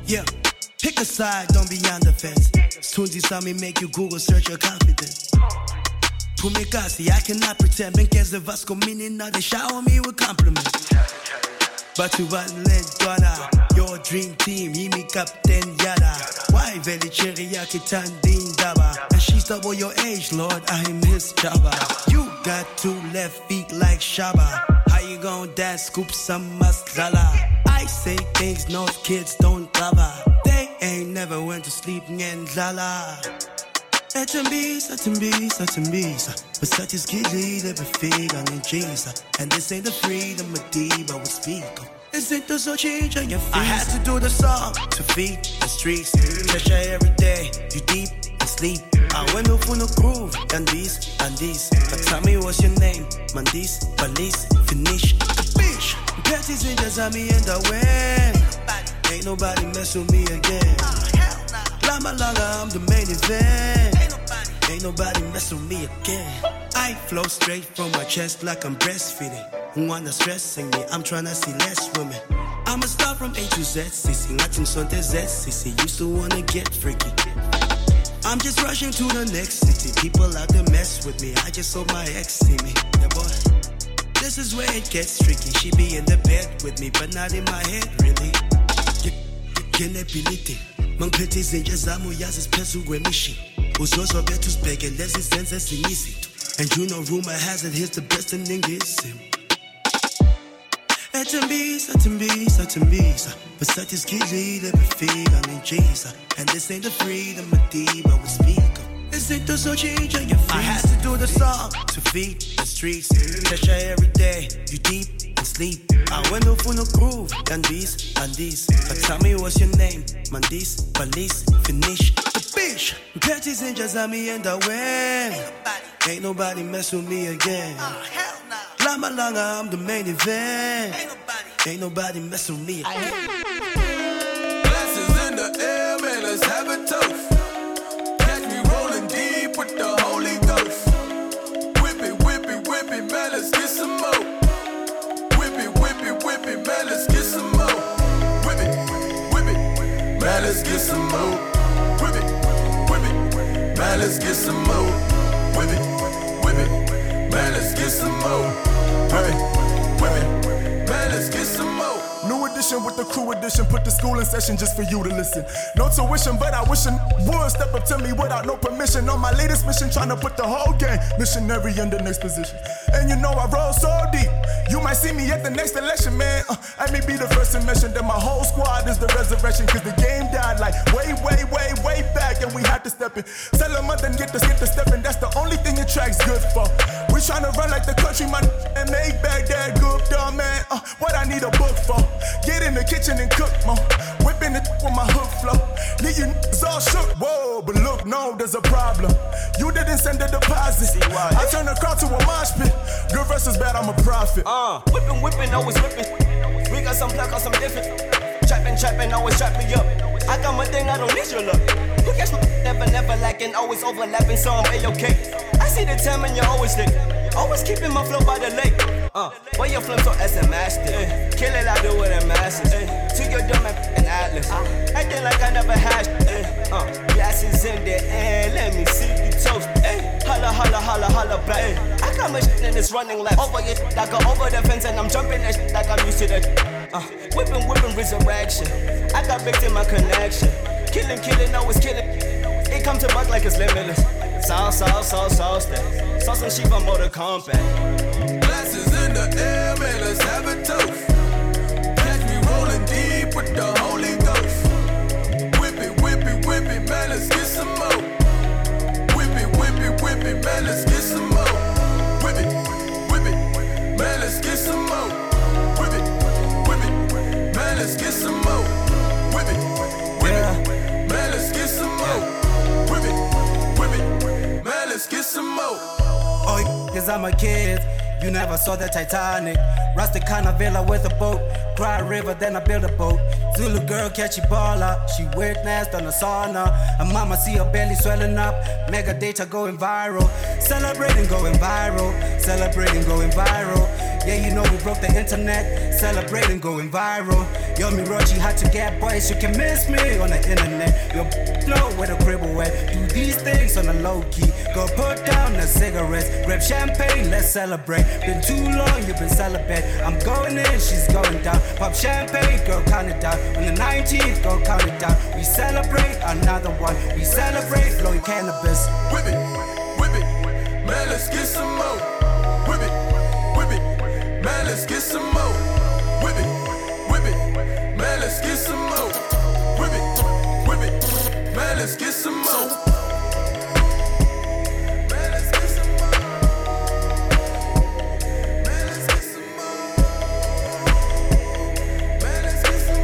Speaker 7: Yeah, pick a side, don't be on the fence. Soon as you saw me make you Google search your confidence. Kumikasi, I cannot pretend. Been kids of us meaning now they shower me with compliments. But you want let Donna, your dream team, he me captain yada. Why very cherry yakitan din daba? And she's double your age, Lord, I am his java. You got two left feet like Shaba. How you gon' dance, scoop some masala? I say things north kids don't cover. They ain't never went to sleep, ngendlala. Etembiza, tembiza, tembiza. But such is giddy, they befig on Jesus. And this ain't the freedom of Diva we speak of. This ain't the so change on your feet. I had to do the song to feed the streets. Touch her every day, you deep asleep. I went off on a groove, and this, and this. But tell me what's your name, man, this, police, finish. Bitch, panties in the me and I went. Ain't nobody mess with me again. Lama Lala, I'm the main event. Ain't nobody, ain't nobody mess with me again. I flow straight from my chest like I'm breastfeeding. Wanna stressing me, I'm tryna see less women. I'm a star from A to Z, CC. Nothing son to Z, CC. Used to wanna get freaky. I'm just rushing to the next city. People out there mess with me. I just hope my ex see me. Yeah, boy. This is where it gets tricky. She be in the bed with me, but not in my head, really. Ye- ye- Yenepiliti, mangiphethe izinja zami uyazi ziphezu kwemishi uzozobetha uzibheke lezi zenze ezinye izinto and you know rumor has it he's the best in ningizimu ethembisa thembisa thembisa but sathi sigidlile befika nenjisa and this ain't the freedom of diva we speak of izinto zotshintsha ngefreeze. I had to do the song to feed the streets Touch her every day you deep and sleep I went off on a groove and this and this but tell me what's your name man this police finish the bitch panties and just me and I went ain't nobody Ah, mess with me again Lama Langa, I'm the main event. Ain't nobody, ain't nobody mess with me.
Speaker 1: Glasses in the air, man, let's have a toast. Catch me rolling deep with the Holy Ghost. Whip it, whip it, whip it, man, let's get some more. Whip it, whip it, whip it, man, let's get some more. Whip it, whip it, man, let's get some more. Whip it,
Speaker 8: Man, let's get some more. Whip it, whip it. Man, let's get some more. Whip it, whip it. Man, let's get some more.
Speaker 9: New edition with the crew edition. Put the school in session just for you to listen. No tuition, but I wish a n- would step up to me without no permission. On my latest mission, trying to put the whole gang missionary in the next position. And you know I roll so deep. You might see me at the next election, man. Uh, I may be the first to mention that my whole squad is the resurrection. Cause the game died like way, way, way, way back. And we had to step in. Tell them other get this, get the stepping. That's the only thing the track's good for. We trying to run like the country, my n- and make back that good dumb man. Uh, what I need a book for? Get in the kitchen and cook more. Whipping it with my hook flow. Leave you niggas all shook. Whoa, but look, no, there's a problem. You didn't send a deposit. I turn the crowd to a mosh pit. Good versus bad, I'm a prophet.
Speaker 10: Uh, whipping, whipping, always whipping. We got some black or some different. Trapping, trapping, always trap me up. I got my thing, I don't need your look. You catch me never, never lacking, always overlapping, so I'm a-okay. I see the time and you're always late. Always keeping my flow by the lake. Uh, but your flow so as a master. Kill it, I do it in masses. To your dumb and atlas. Acting like I never had. eh. Uh, glasses in the air, let me see you toast. eh. Holla, holla, holla, holla back. I got my shit and it's running laps. Over it like I'm over the fence and I'm jumping that shit like I'm used to that. Uh, whipping, whipping, resurrection. I got baked in my connection. Killing, killing, always killing. It come to bug like it's limitless. Sauce, sauce, sauce, sauce, that. Sauce and sheep, I'm motor combat.
Speaker 8: Glasses in the air, man, let's have a toast. Catch me rolling deep with the Holy Ghost. Whip it, whip it, whip it, man, let's get some more. Whip it, whip it, whip it, man, let's get some more. Whip it, whip it, man, let's get some more. Whip it, whip it, man, let's get some more. Whip it, whip it, man, let's get some more. Whip it, whip it, man, let's get some more.
Speaker 11: Oh, cause I'm a kid. You never saw the Titanic. Rusty kind of villa with a boat. Cry river, then I build a boat. Zulu girl, catchy baller. She witnessed on the sauna. A mama see her belly swelling up. Mega data going viral. Celebrating going viral. Celebrating going viral. Yeah, you know we broke the internet. Celebrating going viral. Yo, me Rochi had to get boys. You can miss me on the internet. Yo, know where the cribble at. Do these things on the low key. Go put down the cigarettes. Grab champagne, let's celebrate. Been too long, you've been celibate. I'm going in, she's going down. Pop champagne, girl, count it down. On the 19th, girl, count it down. We celebrate another one. We celebrate blowing cannabis.
Speaker 8: Whip it, whip it, man, let's get some more. Whip it, whip it, man, let's get some more. Whip it, whip it, man, let's get some more. Whip it, whip it, man, let's get some more. Man, let's get some more. Man, let's get some more. Man, let's get some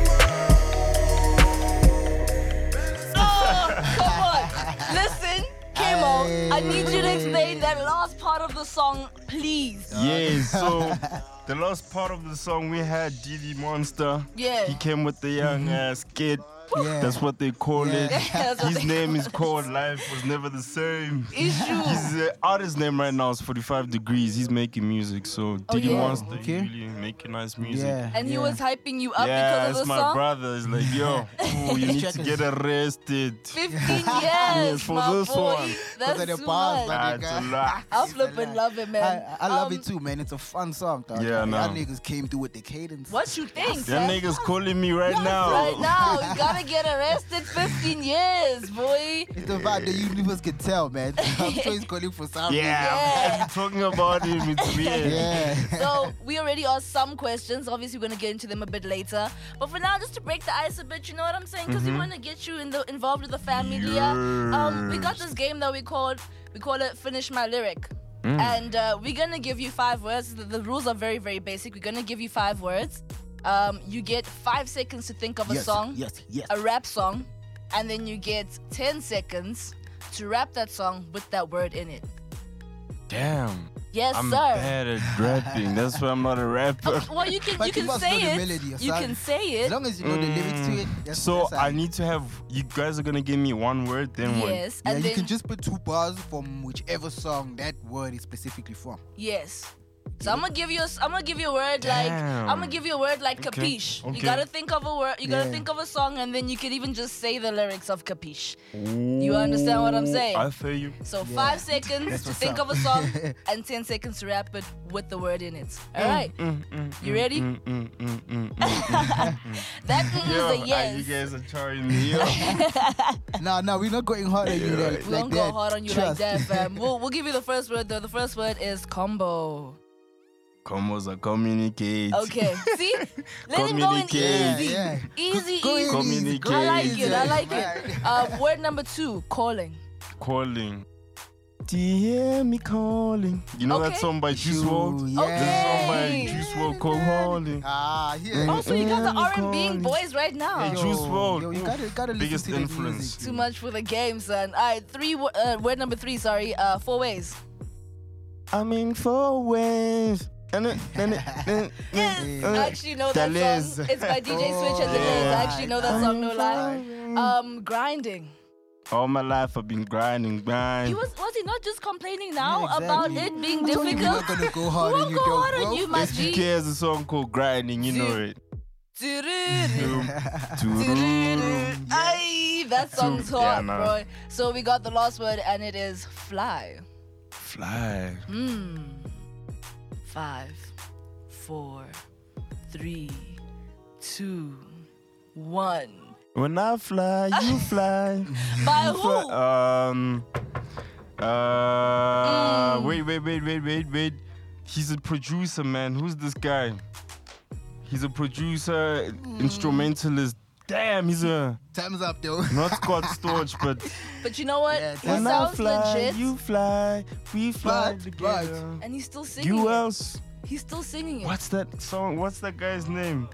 Speaker 6: Oh, come on. Listen, Kemo, I need you to explain that last part of the song, please.
Speaker 4: Yeah, so the last part of the song we had DD Monster.
Speaker 6: Yeah.
Speaker 4: He came with the young ass kid.
Speaker 2: Mm-hmm. Yeah.
Speaker 4: That's what they call it.
Speaker 6: That's what
Speaker 4: His
Speaker 6: they-
Speaker 4: name is called Life Was Never the Same.
Speaker 6: Issue.
Speaker 4: His uh, artist name right now is 45 Degrees. He's making music, so DD
Speaker 6: Oh, yeah.
Speaker 4: Monster he's
Speaker 2: Okay.
Speaker 4: really making nice music.
Speaker 2: Yeah.
Speaker 6: And he
Speaker 2: yeah.
Speaker 6: was hyping you up
Speaker 4: Yeah,
Speaker 6: because
Speaker 4: it's
Speaker 6: of the
Speaker 4: my
Speaker 6: song.
Speaker 4: brother. It's like, yo, ooh, you need to get arrested.
Speaker 6: 15 years,
Speaker 4: for
Speaker 6: my
Speaker 4: this
Speaker 6: boy.
Speaker 4: one.
Speaker 6: That's
Speaker 2: of the
Speaker 6: too
Speaker 2: bars,
Speaker 6: much.
Speaker 2: man.
Speaker 4: That's a lot.
Speaker 6: I flipping love it, man.
Speaker 2: I, I love
Speaker 6: Um,
Speaker 2: it too, man. It's a fun song, dog.
Speaker 4: Yeah, I know.
Speaker 2: Y'all niggas came through with the cadence.
Speaker 6: What you think?
Speaker 4: Them
Speaker 6: man?
Speaker 4: niggas calling me right now.
Speaker 6: Right now, you gotta get arrested 15 years, boy.
Speaker 2: It's the vibe the universe can tell, man. I'm sure he's calling for something.
Speaker 4: Yeah,
Speaker 6: Yeah.
Speaker 4: talking about him, it's weird.
Speaker 2: Yeah.
Speaker 6: So we already asked some questions. Obviously, we're gonna get into them a bit later. But for now, just to break the ice a bit, you know what I'm saying?
Speaker 2: Mm-hmm.
Speaker 6: Because we want to get you in the, involved with the family. yeah? Um, we got this game that we called we call it Finish My Lyric,
Speaker 2: Mm.
Speaker 6: and uh, we're gonna give you five words. The, the rules are very very basic. We're gonna give you five words. Um, you get five seconds to think of a
Speaker 2: yes,
Speaker 6: song,
Speaker 2: Yes, yes.
Speaker 6: a rap song, and then you get ten seconds to rap that song with that word in it.
Speaker 4: Damn,
Speaker 6: Yes,
Speaker 4: I'm
Speaker 6: sir.
Speaker 4: bad at rapping. That's why I'm not a rapper.
Speaker 6: Oh, Well, you can
Speaker 2: But
Speaker 6: you can
Speaker 2: you must
Speaker 6: say
Speaker 2: know the
Speaker 6: it.
Speaker 2: melody
Speaker 6: you
Speaker 2: or something.
Speaker 6: can say
Speaker 2: As
Speaker 6: it.
Speaker 2: long as you know
Speaker 4: Mm.
Speaker 2: the lyrics to it, uh, that's,
Speaker 4: So
Speaker 2: that's
Speaker 4: I
Speaker 2: all.
Speaker 4: need to have you guys are gonna give me one word, then one.
Speaker 6: Yes,
Speaker 2: Yeah,
Speaker 6: and
Speaker 2: you
Speaker 6: then
Speaker 2: can just put two bars from whichever song that word is specifically from.
Speaker 6: yes. So I'm gonna give you a, s- I'm gonna give you a word like
Speaker 4: Damn.
Speaker 6: I'm gonna give you a word like
Speaker 4: Okay,
Speaker 6: capiche.
Speaker 4: okay.
Speaker 6: You gotta think of a word. You gotta
Speaker 2: Yeah.
Speaker 6: think of a song, and then you can even just say the lyrics of capiche. You understand what I'm saying?
Speaker 4: I feel you.
Speaker 6: So five seconds to
Speaker 2: what's
Speaker 6: think
Speaker 2: up.
Speaker 6: of a song, and ten seconds to rap it with the word in it. All right, you ready?
Speaker 4: Mm, mm, mm, mm, mm.
Speaker 6: That mm,
Speaker 4: Yo,
Speaker 6: is a
Speaker 4: ah,
Speaker 6: yes.
Speaker 4: you guys are trying me up.
Speaker 2: No, no, we're not going hard on you
Speaker 4: Yeah,
Speaker 2: like,
Speaker 4: right.
Speaker 6: we
Speaker 2: like
Speaker 6: won't
Speaker 2: that.
Speaker 6: go hard on you
Speaker 2: Trust.
Speaker 6: like that, fam. We'll, we'll give you the first word though. The first word is combo.
Speaker 4: Combos are communicate.
Speaker 6: Okay. See? Let him go in
Speaker 4: Communicate.
Speaker 6: easy.
Speaker 2: yeah, yeah.
Speaker 6: Easy,
Speaker 2: Go
Speaker 6: easy.
Speaker 2: in easy, go
Speaker 6: I like
Speaker 2: easy.
Speaker 6: it. I like
Speaker 2: Right.
Speaker 6: it. Uh, word number two, calling.
Speaker 4: Calling. Do you hear me calling? You know
Speaker 6: Okay.
Speaker 4: that song by Juice
Speaker 2: Ooh,
Speaker 4: WRLD? This
Speaker 2: yeah.
Speaker 4: song by
Speaker 6: Hey.
Speaker 4: Juice WRLD called Calling.
Speaker 2: Ah, here.
Speaker 6: Oh, so you guys
Speaker 4: Yeah,
Speaker 6: are R&B
Speaker 4: calling.
Speaker 6: boys right now.
Speaker 4: Juice WRLD.
Speaker 2: Yo, you gotta, you gotta
Speaker 4: Biggest
Speaker 2: listen to the
Speaker 4: influence.
Speaker 2: music.
Speaker 6: Too much for the game, son. All right, three. wo- Uh, word number three. Sorry. Uh, four ways.
Speaker 4: I'm in four ways. And it, and it, and it,
Speaker 6: Yes,
Speaker 4: uh,
Speaker 6: I actually know that
Speaker 4: Dalez.
Speaker 6: song. It's by DJ Switch and the
Speaker 4: Oh,
Speaker 6: Days. I
Speaker 2: yeah.
Speaker 6: actually know that song. No lie. Um, grinding.
Speaker 4: All my life I've been grinding,
Speaker 6: He
Speaker 4: grinding.
Speaker 6: was was he not just complaining now
Speaker 2: Yeah,
Speaker 6: about
Speaker 2: exactly.
Speaker 6: it being
Speaker 2: I told you we're
Speaker 6: difficult?
Speaker 2: not gonna go
Speaker 6: We
Speaker 2: hard on
Speaker 6: won't
Speaker 2: you,
Speaker 6: go
Speaker 2: though,
Speaker 6: hard on
Speaker 2: bro.
Speaker 6: you, my
Speaker 4: SGK
Speaker 6: G.
Speaker 4: has a song called Grinding, you know it.
Speaker 6: Doo-doo-doo.
Speaker 4: Doo-doo.
Speaker 6: Ay, that song's
Speaker 4: Yeah,
Speaker 6: hot,
Speaker 4: nah.
Speaker 6: bro. So we got the last word, and it is fly.
Speaker 4: Fly.
Speaker 6: Hmm. Five, four, three, two, one.
Speaker 4: When I fly, you fly.
Speaker 6: By
Speaker 4: You fly-
Speaker 6: who?
Speaker 4: Um. Uh.
Speaker 6: Mm.
Speaker 4: Wait, wait, wait, wait, wait, wait. He's a producer, man. Who's this guy? He's a producer,
Speaker 6: Mm.
Speaker 4: instrumentalist. Damn, he's a
Speaker 2: Time's up, though.
Speaker 4: not Scott Storch, but
Speaker 6: But you know what?
Speaker 2: Yeah,
Speaker 6: he
Speaker 2: When
Speaker 4: when I
Speaker 6: sounds
Speaker 4: fly,
Speaker 6: legit,
Speaker 4: you fly, we fly
Speaker 2: But- but-
Speaker 4: together.
Speaker 6: and he's still singing.
Speaker 4: You
Speaker 6: it.
Speaker 4: else?
Speaker 6: He's still singing it.
Speaker 4: What's that song? What's that guy's name?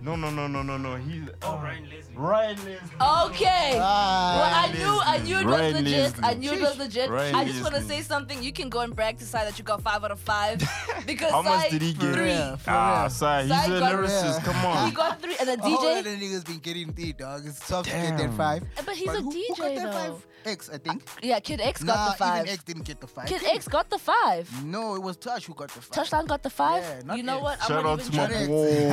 Speaker 4: No, no, no, no, no, no. He's oh, Ryan Leslie. Ryan Leslie.
Speaker 6: Okay.
Speaker 2: Ah,
Speaker 6: Well, I knew, I knew it was
Speaker 4: Ryan
Speaker 6: legit. I
Speaker 4: Leslie.
Speaker 6: knew it was legit.
Speaker 4: Ryan
Speaker 6: I just want to
Speaker 4: Leslie.
Speaker 6: say something. You can go and brag to Sai that you got five out of five because
Speaker 4: How much
Speaker 6: Sai-
Speaker 4: did he get?
Speaker 6: Three.
Speaker 2: real, for
Speaker 4: ah,
Speaker 2: real.
Speaker 4: sorry. He's
Speaker 6: Sai
Speaker 4: a
Speaker 6: got-
Speaker 4: lyricist. Come
Speaker 6: He
Speaker 4: on.
Speaker 6: got three, and a
Speaker 2: A whole lot of
Speaker 6: DJ.
Speaker 2: niggas been getting three, dog. It's tough to get that
Speaker 4: Damn.
Speaker 2: five.
Speaker 6: But he's a
Speaker 2: who,
Speaker 6: DJ
Speaker 2: who got that
Speaker 6: though.
Speaker 2: five? X, I think.
Speaker 6: Yeah, Kid X got
Speaker 2: nah,
Speaker 6: the five.
Speaker 2: Even X didn't get the five.
Speaker 6: Kid X got the five.
Speaker 2: No, it was Tosh who got the five.
Speaker 6: Touchdown got the five.
Speaker 2: Yeah, not
Speaker 6: you know
Speaker 2: yet.
Speaker 6: what?
Speaker 4: Shout
Speaker 6: won't
Speaker 4: out
Speaker 6: even
Speaker 4: to my
Speaker 6: try
Speaker 2: Correct.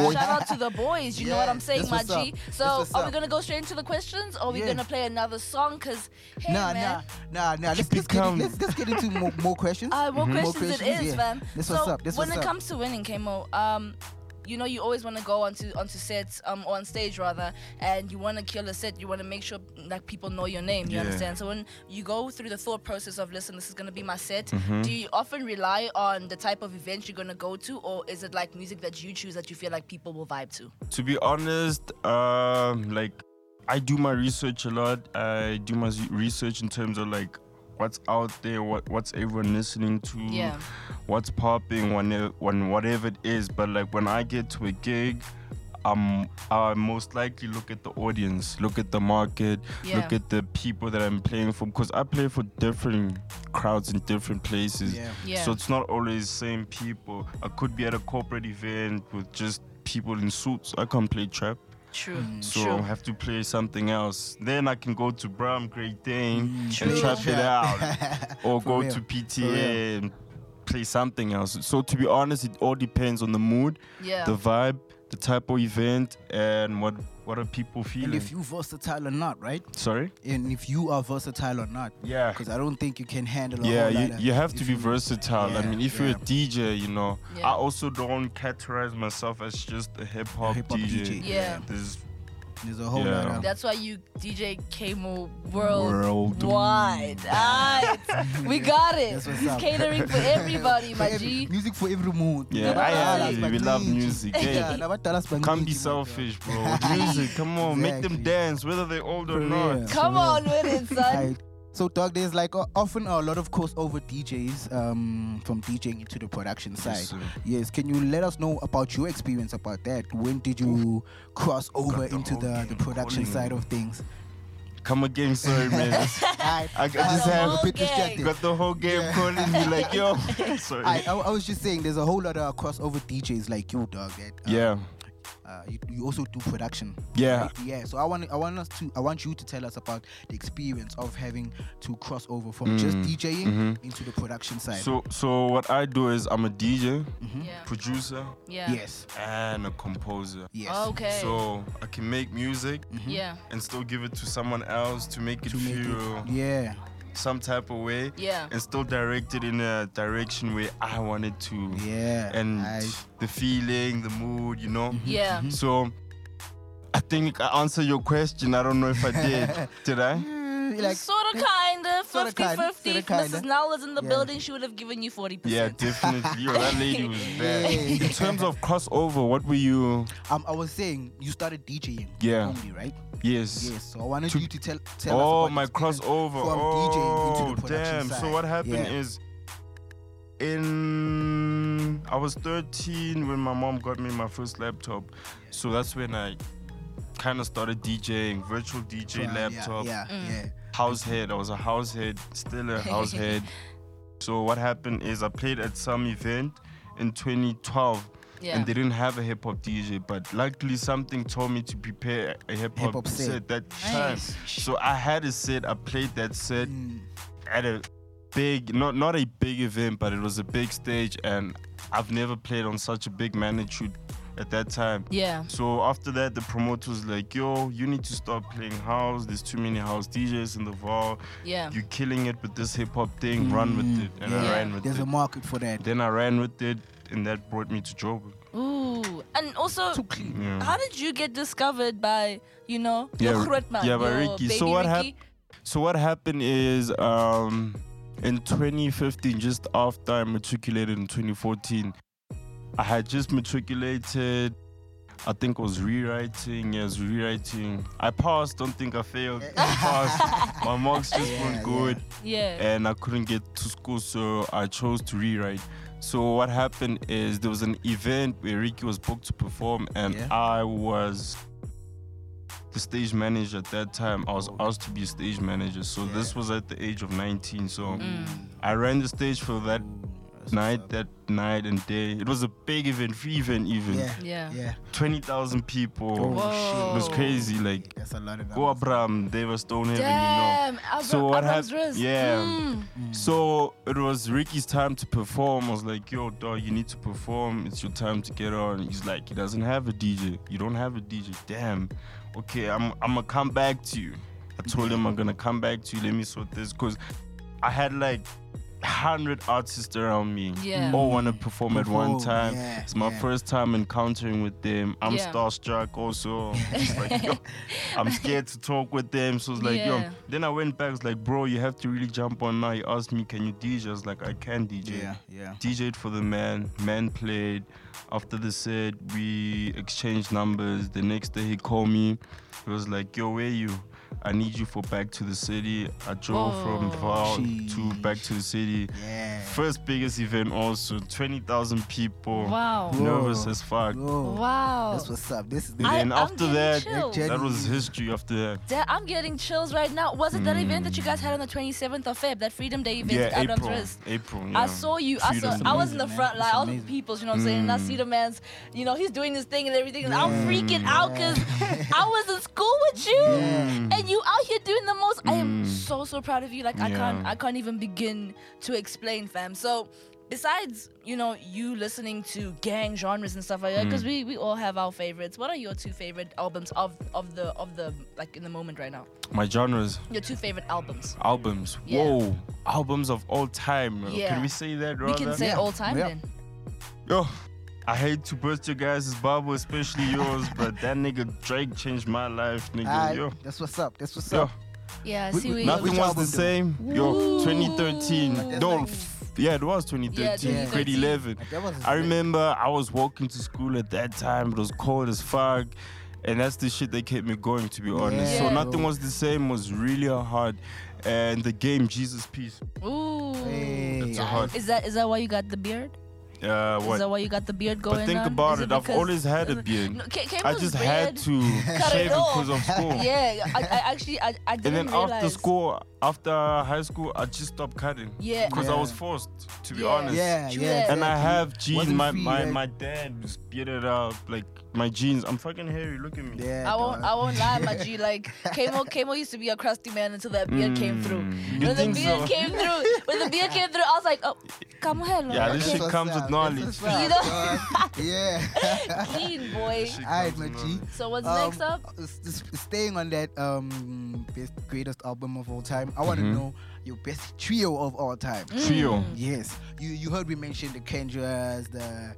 Speaker 4: boy.
Speaker 6: Shout out to the boys. You know what
Speaker 2: Yeah,
Speaker 6: I'm saying,
Speaker 2: that's
Speaker 6: my
Speaker 2: what's up.
Speaker 6: G.
Speaker 2: That's
Speaker 6: So,
Speaker 2: what's
Speaker 6: are we
Speaker 2: up.
Speaker 6: gonna go straight into the questions, or are we
Speaker 2: Yeah.
Speaker 6: gonna play another song? Cause hey,
Speaker 2: Nah, nah,
Speaker 6: man,
Speaker 2: nah, nah. Let's,
Speaker 4: Keep it
Speaker 2: let's, get, in-
Speaker 4: calm. Mm-hmm.
Speaker 2: let's, let's get into more, more questions.
Speaker 6: uh, what
Speaker 2: Mm-hmm. More
Speaker 6: questions, it is,
Speaker 2: yeah.
Speaker 6: fam.
Speaker 2: This
Speaker 6: so,
Speaker 2: what's up. This
Speaker 6: when
Speaker 2: what's
Speaker 6: it
Speaker 2: up.
Speaker 6: comes to winning, Kamo, um, you know you always want to go onto onto sets, um, on stage rather, and you want to kill a set. You want to make sure like people know your name. You
Speaker 4: Yeah.
Speaker 6: understand? So when you go through the thought process of, listen, this is gonna be my set.
Speaker 2: Mm-hmm.
Speaker 6: Do you often rely on the type of event you're gonna go to, or is it like music that you choose that you feel like people will vibe to?
Speaker 4: To be honest, um, like I do my research a lot. I do my s- research in terms of like what's out there, what what's everyone listening to,
Speaker 6: Yeah.
Speaker 4: what's popping, when it- when whatever it is. But like when I get to a gig, I'm I most likely look at the audience, look at the market,
Speaker 6: Yeah.
Speaker 4: look at the people that I'm playing for, because I play for different crowds in different places.
Speaker 2: Yeah.
Speaker 6: Yeah.
Speaker 4: So it's not always same people. I could be at a corporate event with just people in suits. I can't play trap.
Speaker 6: True.
Speaker 2: Mm.
Speaker 4: So
Speaker 6: True.
Speaker 4: I have to play something else. Then I can go to Bram Great Dane
Speaker 6: True.
Speaker 4: and trap it out. or go
Speaker 2: real.
Speaker 4: to
Speaker 2: Mm. For
Speaker 4: PTA and play something else. So to be honest, it all depends on the mood,
Speaker 6: Yeah.
Speaker 4: the vibe, the type of event and what what are people
Speaker 2: And
Speaker 4: feeling.
Speaker 2: if you versatile or not, right?
Speaker 4: Sorry?
Speaker 2: And if you are versatile or not.
Speaker 4: Yeah.
Speaker 2: Because I don't think you can handle a
Speaker 4: Yeah,
Speaker 2: whole lot
Speaker 4: you,
Speaker 2: of-
Speaker 4: you have to
Speaker 2: uh, if
Speaker 4: be
Speaker 2: you-
Speaker 4: versatile. I
Speaker 2: yeah,
Speaker 4: mean, if you're a DJ, you know,
Speaker 6: Yeah.
Speaker 4: I also don't categorize myself as just a hip hop
Speaker 2: hip-hop
Speaker 4: DJ.
Speaker 2: DJ.
Speaker 6: yeah.
Speaker 4: There's
Speaker 2: There's a whole
Speaker 4: Yeah.
Speaker 2: lot of
Speaker 6: That's why you DJ Kamo
Speaker 4: World.
Speaker 6: worldwide. Alright, we got it.
Speaker 2: That's what's
Speaker 6: He's
Speaker 2: up.
Speaker 6: catering for everybody, my G.
Speaker 2: music for every mood.
Speaker 4: Yeah,
Speaker 6: I
Speaker 2: Nabatala
Speaker 6: agree.
Speaker 2: is
Speaker 4: We love
Speaker 2: Bangladeshi.
Speaker 4: music. Hey,
Speaker 2: Yeah, Nabatala is
Speaker 4: Can't
Speaker 2: Bangladeshi,
Speaker 4: be
Speaker 2: my bro.
Speaker 4: selfish, bro. With Music, come on, make them
Speaker 2: Exactly.
Speaker 4: dance, whether they're old or
Speaker 2: For real.
Speaker 4: not.
Speaker 6: Come
Speaker 2: Yeah.
Speaker 6: on with it, son.
Speaker 2: Like, so, dog, there's like uh, often a lot of crossover DJs um, from DJing into the production side. Yes,
Speaker 4: sir.
Speaker 2: can you let us know about your experience about that? When did you cross over into the, the production side of things?
Speaker 4: Come again, sorry, man.
Speaker 2: I,
Speaker 4: I just
Speaker 6: the
Speaker 4: have
Speaker 6: whole
Speaker 2: a bit
Speaker 6: gang.
Speaker 2: distracted.
Speaker 4: got the whole game calling me like, yo, sorry.
Speaker 2: oh. I, I, I was just saying, there's a whole lot of crossover DJs like you, dog. That, uh,
Speaker 4: yeah,
Speaker 2: uh, you, you also do production.
Speaker 4: Yeah.
Speaker 2: right? Yeah. So I want I want us to I want you to tell us about the experience of having to cross over from just
Speaker 4: Mm,
Speaker 2: DJing
Speaker 4: mhm.
Speaker 2: into the production side. Mm-hmm.
Speaker 4: So, so what I do is I'm a DJ,
Speaker 6: Yeah.
Speaker 4: producer,
Speaker 6: Yeah.
Speaker 2: yes,
Speaker 4: and a composer.
Speaker 2: yes. Mm-hmm.
Speaker 6: Okay.
Speaker 4: So I can make music
Speaker 6: yeah.
Speaker 4: and still give it to someone else to make it
Speaker 2: To make
Speaker 4: feel
Speaker 2: it, yeah,
Speaker 4: some type of way,
Speaker 6: Yeah.
Speaker 4: and still direct it in a direction where I want it to,
Speaker 2: yeah.
Speaker 4: and
Speaker 2: I- Mm-hmm.
Speaker 4: the feeling, the mood, you know.
Speaker 6: Mm-hmm. Yeah.
Speaker 4: So I think I answered your question. I don't know if I did. did I?
Speaker 2: Mm, like
Speaker 6: sort of, kind of,
Speaker 2: Sorta,
Speaker 6: 50
Speaker 2: kinda,
Speaker 6: 50. If
Speaker 2: sorta,
Speaker 6: Mrs.
Speaker 2: kinda.
Speaker 6: Nell was in the
Speaker 2: Yeah.
Speaker 6: building, she would have given you 40%.
Speaker 4: Yeah, definitely. Yo, that lady was bad.
Speaker 2: Yeah.
Speaker 4: In terms of crossover, what were you?
Speaker 2: um, I was saying, you started DJing
Speaker 4: Yeah.
Speaker 2: only, right?
Speaker 4: Yes.
Speaker 2: Yes. So I wanted
Speaker 4: To-
Speaker 2: you to tell tell us
Speaker 4: Oh,
Speaker 2: about
Speaker 4: my
Speaker 2: your experience
Speaker 4: crossover.
Speaker 2: from
Speaker 4: oh,
Speaker 2: DJing into the production
Speaker 4: damn.
Speaker 2: side.
Speaker 4: So what happened
Speaker 2: Yeah.
Speaker 4: is, in I was 13 when my mom got me my first laptop. So that's when I kind of started DJing, virtual DJ
Speaker 2: From- yeah,
Speaker 4: laptop,
Speaker 2: Yeah, yeah.
Speaker 4: house head. I was a house head, still a house head. So what happened is I played at some event in 2012.
Speaker 6: Yeah.
Speaker 4: And they didn't have a hip hop DJ, but luckily something told me to prepare a hip
Speaker 2: Hip-hop
Speaker 4: hop
Speaker 2: set.
Speaker 4: set that time. So I had a set. I played that set
Speaker 6: Hmm.
Speaker 2: Mm,
Speaker 4: at a big, not not a big event, but it was a big stage, and I've never played on such a big magnitude at that time.
Speaker 6: Yeah.
Speaker 4: So after that, the promoter was like, "Yo, you need to start playing house. There's too many house DJs in the vault.
Speaker 6: Yeah. Hmm.
Speaker 4: You're killing it with this hip hop thing. Run with it." And I
Speaker 6: Yeah.
Speaker 4: ran with
Speaker 2: There's a
Speaker 4: it.
Speaker 2: market for that.
Speaker 4: then I ran with it, and that brought me to Joburg.
Speaker 6: Ooh. And also,
Speaker 2: Too clean.
Speaker 4: Yeah.
Speaker 6: how did you get discovered by, you know,
Speaker 4: Yeah,
Speaker 6: your Grootman,
Speaker 4: yeah, by
Speaker 6: your
Speaker 4: Ricky.
Speaker 6: baby
Speaker 4: So what
Speaker 6: Ricky?
Speaker 4: So what happened is um, in 2015, just after I matriculated in 2014, I had just matriculated. I think I was rewriting. Yes, rewriting. I passed. Don't think I failed. I passed. My marks just
Speaker 2: Yeah,
Speaker 4: weren't good,
Speaker 6: Yeah.
Speaker 4: and I couldn't get to school, so I chose to rewrite. So what happened is there was an event where Ricky was booked to perform, and
Speaker 2: Yeah.
Speaker 4: I was the stage manager at that time. I was asked to be a stage manager. So this was at the age of 19. So I ran the stage for that night, that night and day. It was a big event, free event even.
Speaker 2: Yeah,
Speaker 6: Yeah.
Speaker 2: yeah.
Speaker 4: 20,000 people.
Speaker 6: Whoa.
Speaker 4: It was crazy. Like,
Speaker 2: That's a lot of
Speaker 4: go Abram, they were Stonehaven, you know.
Speaker 6: Damn. Abra-
Speaker 4: So what
Speaker 6: Abram's
Speaker 4: hap-
Speaker 6: wrist.
Speaker 4: yeah.
Speaker 6: Mm.
Speaker 4: So it was Ricky's time to perform. I was like, yo, dog, you need to perform. It's your time to get on. He's like, he doesn't have a DJ. You don't have a DJ. Damn. Okay, I'm I'm gonna come back to you. I told him I'm gonna come back to you. Let me sort this because I had like hundred artists around me.
Speaker 6: Yeah.
Speaker 4: All wanna perform at one
Speaker 2: Perform,
Speaker 4: time.
Speaker 2: yeah,
Speaker 4: it's my
Speaker 2: yeah.
Speaker 4: first time encountering with them. I'm
Speaker 6: Yeah.
Speaker 4: starstruck also. It's like, yo, I'm scared to talk with them. So it's like,
Speaker 6: Yeah.
Speaker 4: yo. Then I went back. It's like, bro, you have to really jump on now. He asked me, can you DJ? I was like, I can DJ.
Speaker 2: Yeah, yeah.
Speaker 4: DJed for the man. Man played. After the set, we exchanged numbers. The next day, he called me. He was like, Yo, where you? I need you for back to the city. I drove from
Speaker 6: Whoa.
Speaker 4: Val to back to the city.
Speaker 2: Yeah.
Speaker 4: First biggest event, also 20,000 people.
Speaker 6: Wow.
Speaker 4: Nervous
Speaker 2: Whoa.
Speaker 4: as fuck.
Speaker 2: Whoa.
Speaker 6: Wow.
Speaker 2: That's what's up. This is the
Speaker 6: I- I'm
Speaker 4: Then after
Speaker 6: getting
Speaker 4: that,
Speaker 6: chills.
Speaker 4: that was history. After that,
Speaker 6: Da- I'm getting chills right now. Was it that event that you guys had on the 27th of Feb, that Freedom Day event at
Speaker 4: yeah,
Speaker 6: Adam's
Speaker 4: April.
Speaker 6: Wrist?
Speaker 4: April.
Speaker 6: I
Speaker 4: yeah.
Speaker 6: saw you. I saw.
Speaker 4: Freedom's
Speaker 6: I was in the
Speaker 2: Oh, amazing,
Speaker 6: front
Speaker 2: man.
Speaker 6: line,
Speaker 2: It's
Speaker 6: all the
Speaker 2: amazing. Mm.
Speaker 6: peoples. You know what I'm saying? And I see the man's. You know, he's doing his thing and everything. And I'm freaking out because I was in school with you, and you out here doing the most. I
Speaker 2: Mm.
Speaker 6: am so so proud of you. Like I
Speaker 4: Yeah.
Speaker 6: can't. I can't even begin to explain, fam. So. Besides, you know, you listening to gang genres and stuff like that,
Speaker 2: Mm.
Speaker 6: because we, we all have our favorites. What are your two favorite albums of, of the of the like in the moment right now?
Speaker 4: my genres.
Speaker 6: Your two favorite albums.
Speaker 4: Albums.
Speaker 6: Yeah.
Speaker 4: Whoa. Albums of all time.
Speaker 6: Yeah.
Speaker 4: Can we say that,
Speaker 6: We
Speaker 4: rather?
Speaker 6: can say
Speaker 2: Yeah.
Speaker 6: all time
Speaker 2: Yeah.
Speaker 6: then.
Speaker 4: Yo. I hate to burst your guys' bubble, especially yours, but that nigga Drake changed my life, nigga.
Speaker 2: I,
Speaker 4: yo.
Speaker 2: that's what's up. That's what's
Speaker 4: Yo.
Speaker 2: up.
Speaker 6: Yeah, I
Speaker 2: We-
Speaker 6: see
Speaker 2: we-
Speaker 6: where you're
Speaker 2: Which
Speaker 4: Nothing was
Speaker 2: album
Speaker 4: the
Speaker 2: though?
Speaker 4: same. Yo,
Speaker 6: Ooh.
Speaker 4: 2013.
Speaker 2: That's
Speaker 4: No,
Speaker 2: like-
Speaker 4: f- yeah, it was 2013, grade
Speaker 6: 2013.
Speaker 4: 11.
Speaker 2: That was
Speaker 4: I remember I was walking to school at that time. It was cold as fuck. And that's the shit that kept me going, to be honest.
Speaker 6: Yeah.
Speaker 4: So nothing
Speaker 2: Bro.
Speaker 4: was the same was really hard. And the game Jesus Peace. Uh,
Speaker 6: Ooh.
Speaker 2: Hey,
Speaker 4: That's a
Speaker 2: I-
Speaker 4: hard.
Speaker 6: Is that is that why you got the beard?
Speaker 4: Uh,
Speaker 6: Is
Speaker 4: what?
Speaker 6: that why you got the beard going?
Speaker 4: But think
Speaker 6: on?
Speaker 4: about
Speaker 6: Is
Speaker 4: it. I've
Speaker 6: because-
Speaker 4: always had a beard.
Speaker 6: No, K- K
Speaker 4: I
Speaker 6: was
Speaker 4: just
Speaker 6: weird.
Speaker 4: had to
Speaker 6: Cut
Speaker 4: shave
Speaker 6: it off.
Speaker 4: because of school.
Speaker 6: Yeah, I, I actually I, I
Speaker 4: And
Speaker 6: didn't
Speaker 4: then
Speaker 6: realize.
Speaker 4: after school, after high school, I just stopped cutting.
Speaker 6: Yeah.
Speaker 4: Because
Speaker 2: Yeah.
Speaker 4: I was forced, to be
Speaker 6: Yeah.
Speaker 4: honest.
Speaker 2: Yeah,
Speaker 6: True
Speaker 2: yeah.
Speaker 6: that.
Speaker 4: And I
Speaker 2: exactly.
Speaker 4: have genes.
Speaker 2: Wasn't
Speaker 4: My,
Speaker 2: free,
Speaker 4: my,
Speaker 2: like-
Speaker 4: my dad was bearded up. Like, my jeans. I'm fucking hairy. Look at me.
Speaker 2: Yeah,
Speaker 6: I won't.
Speaker 2: dog.
Speaker 6: I won't lie, my G. Like Kamo, Kamo used to be a crusty man until that beard came through.
Speaker 4: Mm, you
Speaker 6: When the
Speaker 4: think
Speaker 6: beard
Speaker 4: so?
Speaker 6: came through, when the beard came through, I was like, oh, come hello.
Speaker 4: Yeah, this
Speaker 2: That's
Speaker 4: shit
Speaker 2: what's
Speaker 4: comes with
Speaker 2: up,
Speaker 4: knowledge.
Speaker 2: that's what's
Speaker 6: You
Speaker 2: up,
Speaker 6: know-
Speaker 2: dog. yeah.
Speaker 6: clean boy.
Speaker 4: Shit
Speaker 2: All right,
Speaker 4: comes
Speaker 2: my
Speaker 4: with
Speaker 2: G.
Speaker 4: knowledge.
Speaker 6: So what's
Speaker 2: Um,
Speaker 6: next up?
Speaker 2: s- s- Staying on that um best greatest album of all time, I want to
Speaker 4: Mhm.
Speaker 2: know your best trio of all time.
Speaker 6: Mm.
Speaker 4: Trio.
Speaker 2: Yes, you you heard we mentioned the Kendras, the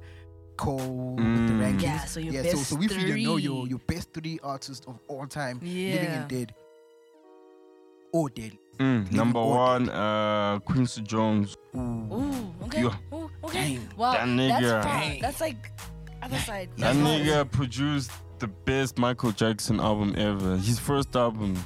Speaker 2: Cole, the
Speaker 4: Mm.
Speaker 2: rankings.
Speaker 6: Yeah, so your
Speaker 2: so,
Speaker 6: best
Speaker 2: so we feel you know your
Speaker 6: three.
Speaker 2: your best three artists of all time, living
Speaker 6: Yeah.
Speaker 2: and dead, or dead.
Speaker 4: Mm, number
Speaker 2: order.
Speaker 4: one, uh, Quincy Jones.
Speaker 6: Ooh, okay.
Speaker 4: Yo.
Speaker 6: Ooh, okay. Wow,
Speaker 4: that nigga.
Speaker 6: that's far.
Speaker 4: Dang.
Speaker 6: That's like other side.
Speaker 4: That
Speaker 6: That's far.
Speaker 4: nigga produced the best Michael Jackson album ever. His first album,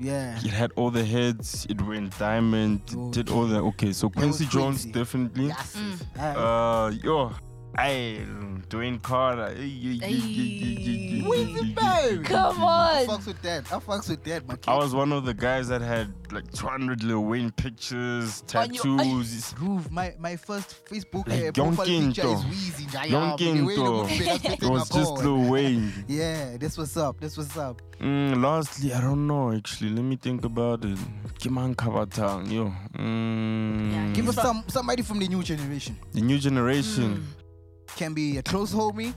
Speaker 2: Yeah,
Speaker 4: it had all the hits. It went diamond. It did all the okay. So
Speaker 2: was
Speaker 4: Quincy Jones
Speaker 2: Quincy.
Speaker 4: definitely.
Speaker 2: yes.
Speaker 6: Mm.
Speaker 2: Alright.
Speaker 4: Uh, yo, mm. I Dwayne Carter. Ay, ay, ay, ay, ay, ay,
Speaker 6: Ay.
Speaker 4: ay,
Speaker 2: Wheezy
Speaker 4: ay, ay,
Speaker 2: babe.
Speaker 4: ay.
Speaker 6: Come
Speaker 2: I
Speaker 6: on.
Speaker 2: fucks with that. I fucks with that, my kid.
Speaker 4: I was one of the guys that had like 200 Lil Wayne pictures,
Speaker 6: On your-
Speaker 4: tattoos.
Speaker 2: Groove, my, my first Facebook
Speaker 4: Like
Speaker 2: uh, profile
Speaker 4: Yonkin
Speaker 2: picture is
Speaker 4: though.
Speaker 2: Weezy. Jaya, but the way the
Speaker 4: Yonkinto.
Speaker 2: movie has been
Speaker 4: It was
Speaker 2: taken
Speaker 4: just
Speaker 2: upon.
Speaker 4: Lil Wayne.
Speaker 2: Yeah, this was up. This was up.
Speaker 4: Mm, lastly, I don't know actually. Let me think about it. Kiman Kabatang, yo. Mm,
Speaker 2: Give us some Hmm. somebody from the new generation.
Speaker 4: the new generation.
Speaker 2: Can be a close homie,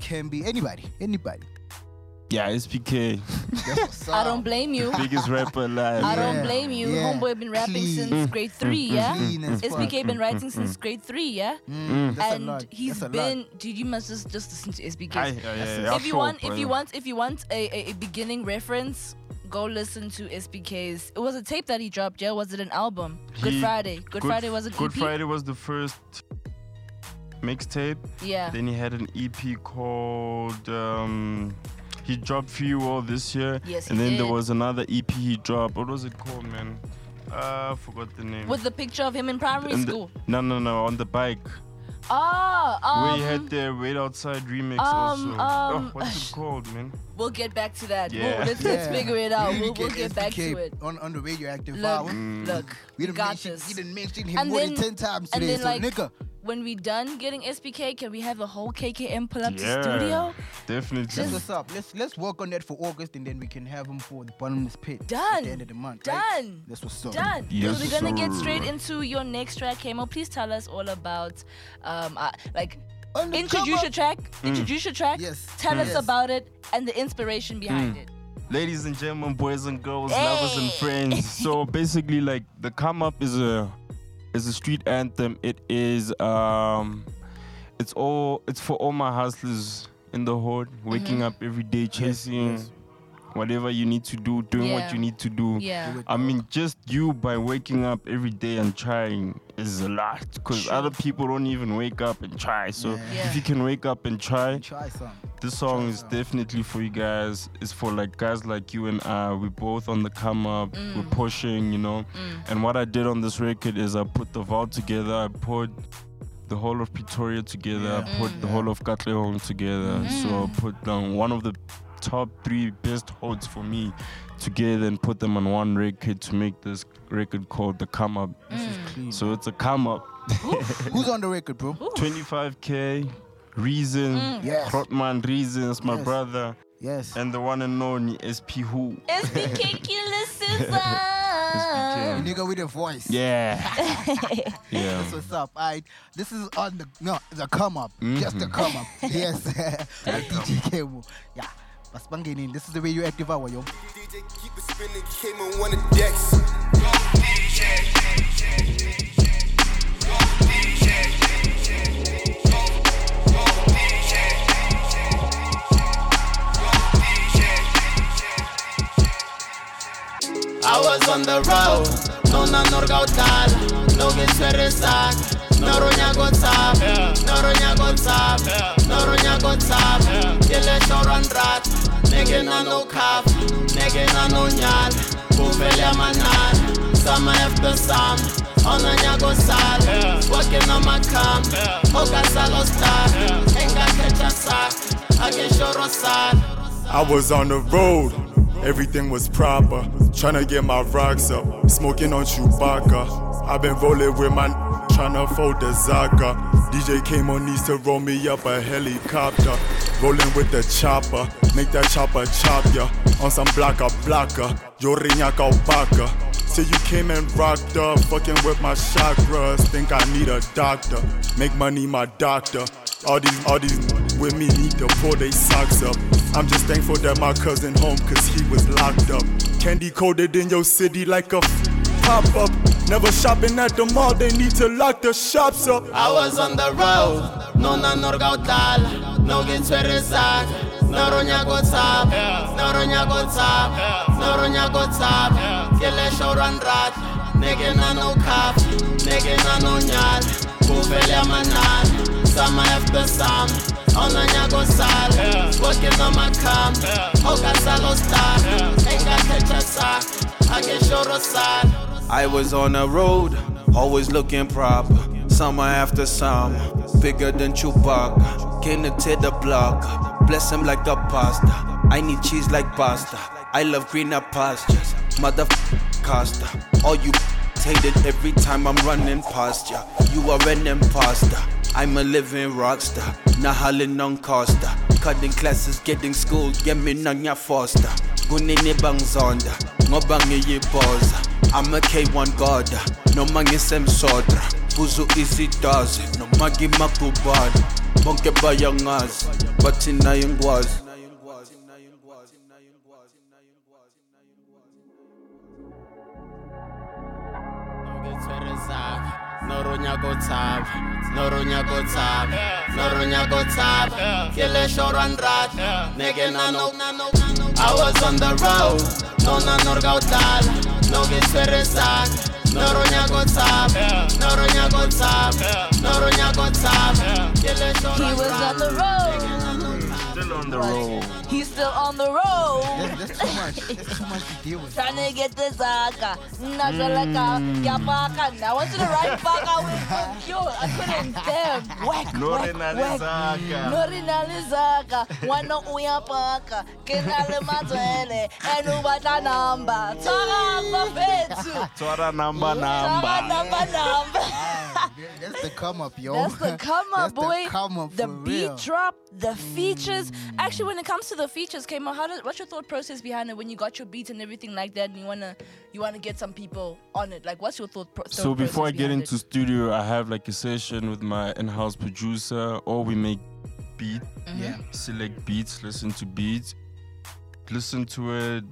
Speaker 2: can be anybody, anybody.
Speaker 4: Yeah, SPK,
Speaker 2: That's what's up.
Speaker 6: I don't blame you.
Speaker 4: biggest rapper alive.
Speaker 6: I don't
Speaker 2: Yeah.
Speaker 6: blame you.
Speaker 2: Yeah.
Speaker 6: Homeboy been rapping
Speaker 2: Clean.
Speaker 4: Mm,
Speaker 6: since grade three, yeah.
Speaker 2: Clean as fuck.
Speaker 6: SBK been writing since grade three, yeah.
Speaker 2: Mm, that's a
Speaker 6: and
Speaker 2: lot.
Speaker 6: he's
Speaker 2: that's a lot.
Speaker 6: been dude you must just just listen to SBK
Speaker 4: Aye, aye, aye, aye,
Speaker 6: if you
Speaker 4: sure,
Speaker 6: want if
Speaker 4: brother.
Speaker 6: you want if you want a, a, a beginning reference go listen to SBK's it was a tape that he dropped yeah was it an album Good
Speaker 4: He-
Speaker 6: Friday Good, Friday was an
Speaker 4: Good
Speaker 6: EP
Speaker 4: Friday was the first mixtape.
Speaker 6: yeah
Speaker 4: Then he had an EP called. Um, he dropped Few All this year.
Speaker 6: Yes,
Speaker 4: And
Speaker 6: he
Speaker 4: then there
Speaker 6: did.
Speaker 4: was another EP he dropped. What was it called, man? Uh, I forgot the name.
Speaker 6: with the picture of him in primary
Speaker 4: And the-
Speaker 6: school
Speaker 4: no, no, no, on the bike.
Speaker 6: oh um,
Speaker 4: we had the Wait Outside remix also.
Speaker 6: um, um,
Speaker 4: oh, what's it called, man?
Speaker 6: we'll get back to that
Speaker 4: Yeah.
Speaker 6: we'll, let's, let's
Speaker 2: Yeah.
Speaker 6: figure it out
Speaker 2: We
Speaker 6: we'll,
Speaker 2: didn't
Speaker 6: we'll get back
Speaker 2: SBK
Speaker 6: to it
Speaker 2: On, on the radioactive
Speaker 6: look
Speaker 2: hour.
Speaker 4: Mm.
Speaker 6: look
Speaker 2: We
Speaker 6: we
Speaker 2: done
Speaker 6: got
Speaker 2: mentioned,
Speaker 6: this
Speaker 2: We done mentioned him
Speaker 6: And
Speaker 2: more than
Speaker 6: then-
Speaker 2: 10 times
Speaker 6: and
Speaker 2: today.
Speaker 6: then,
Speaker 2: So,
Speaker 6: like,
Speaker 2: nigga,
Speaker 6: when we done getting SBK, can we have a whole KKM pull up
Speaker 4: Yeah.
Speaker 6: to studio?
Speaker 4: Definitely.
Speaker 2: that's what's up. Let's, let's work on that for August and then we can have him for the bottomless pit. At
Speaker 6: Done.
Speaker 2: the end of the month. right?
Speaker 6: Done.
Speaker 2: That's what's up.
Speaker 6: Done.
Speaker 4: Yes,
Speaker 6: so we're gonna get
Speaker 4: sir.
Speaker 6: straight into your next track, Kamo. Please tell us all about, um, uh, like
Speaker 2: On the
Speaker 6: introduce
Speaker 2: cover.
Speaker 6: your track,
Speaker 4: Mm.
Speaker 6: introduce your track,
Speaker 2: Yes.
Speaker 6: tell
Speaker 2: Yes.
Speaker 6: us about it and the inspiration behind
Speaker 4: Mm.
Speaker 6: it.
Speaker 4: Ladies and gentlemen, boys and girls, lovers and friends. So basically, like the come up is a is a street anthem. It is um, it's all it's for all my hustlers in the hood, waking
Speaker 6: Mm-hmm.
Speaker 4: up every day, chasing whatever you need to do, doing
Speaker 6: Yeah.
Speaker 4: what you need to do.
Speaker 6: Yeah.
Speaker 4: I mean, just you by waking up every day and trying is a lot because other people don't even wake up and try. So
Speaker 6: Yeah.
Speaker 4: if you can wake up and try,
Speaker 2: Try some.
Speaker 4: this song is definitely for you guys. It's for like guys like you and I. We're both on the come up. We're pushing, you know. And what I did on this record is I put the vault together. I put the whole of Pretoria together. I put the whole of Katlehong together. So I put down one of the top three best hoods for me together and put them on one record to make this record called the come up. So it's a come up.
Speaker 2: Who's on the record, bro?
Speaker 4: 25k. Reason,
Speaker 2: Yes.
Speaker 4: Rotman Reasons, my
Speaker 2: Yes.
Speaker 4: brother.
Speaker 2: Yes.
Speaker 4: And the one and only SP Who.
Speaker 6: SBK Killer Susan.
Speaker 2: Nigga with a voice.
Speaker 4: Yeah.
Speaker 2: That's
Speaker 4: yeah.
Speaker 2: what's up. I this is on the no the come up. Just
Speaker 4: Mm-hmm.
Speaker 2: the come up. yes. Like DJ Kemo. Yeah. But in. This is the radioactive hour, yo.
Speaker 12: DJ keep it spinning, came on one of the decks.
Speaker 13: I was on the road, nuna norga utala, nugi swere sak, norunya go tap, norunya go tap, norunya go tap, kile shoran rat, nigga na no cap, nigga na no nyal, kuvele manal, summer after sum, ononya go sal, working on my camp, okasalo star, enga kecha sak, akishoro sal.
Speaker 14: I was on the road, everything was proper. Tryna get my rocks up, smoking on Chewbacca. I've been rolling with my tryna fold the Zaga. DJ came on knees to roll me up a helicopter. Rolling with the chopper, make that chopper chop ya. On some blocka blocka, yo riñaca opaca. Till you came and rocked up, fucking with my chakras. Think I need a doctor, make money my doctor. All these, all these with me need to pull they socks up. I'm just thankful that my cousin home, cause he was locked up. Candy coated in your city like a f- pop up. Never shopping at the mall, they need to lock the shops up.
Speaker 13: I was on the road, no na norgautal, no get swerezak, no ronya gotsap, no ronya gotsap, no ronya gotsap, kele showran rat, nigga na no cap, nigga na no nyal, kuvele manal, sama after sam, ona nya gotsal, working on my cam, Oh, okasalo star, enga kechasa, ake shorosal.
Speaker 15: I was on the road, always looking proper. Summer after summer, bigger than Chewbacca. Came to tear the block, bless him like a pasta. I need cheese like pasta. I love greener pastures, mother Costa. All you hate it every time I'm running past ya. You are an imposter. I'm a living rockstar, not hollering on Costa. Cutting classes, getting school, get me none ya foster. Gunini bang zonda, ngobangi ye boza. I'm a K1 god, no mangisem sodra. Buzu easy does, no magi makubad. Bonke bayangazi, bathi nayo ngwazi.
Speaker 13: Twerezak, Noronya Gotsab, Noronya Gotsab, Noronya Gotsab, Kile Shoran Rat, Nege Nano. I was on the road, Nona Norgautal, Nogi Twerezak, Noronya Gotsab, Noronya Gotsab, Noronya Gotsab, Kile Shoran
Speaker 6: He was on the road.
Speaker 4: Still on the road.
Speaker 6: He's still on the road.
Speaker 2: That's too much. That's too much to deal with.
Speaker 6: Trying to get this Zaka. Not your like uh, a I went to the right back. I went with you. I couldn't damn. Whack.
Speaker 4: No
Speaker 6: whack, whack.
Speaker 4: renalizaka.
Speaker 6: norinalizaka wana uyapaka ke na le matswele and o batla number tshwarapa betso
Speaker 4: Tswara number
Speaker 6: tshwara
Speaker 4: number.
Speaker 6: number number
Speaker 2: That's the come up, yo.
Speaker 6: that's the come
Speaker 2: Oh That's
Speaker 6: up boy
Speaker 2: The come up
Speaker 6: the
Speaker 2: for
Speaker 6: beat
Speaker 2: real.
Speaker 6: drop the features actually when it comes to the features Kamo, how did, what's your thought process behind it when you got your beats and everything like that and you want to you want to get some people on it like what's your thought, pro-
Speaker 4: So
Speaker 6: thought
Speaker 4: before I
Speaker 6: process
Speaker 4: get
Speaker 6: behind
Speaker 4: into studio, I have like a session with my in-house producer, or we make beat,
Speaker 2: Yeah.
Speaker 4: select beats, listen to beats, listen to it.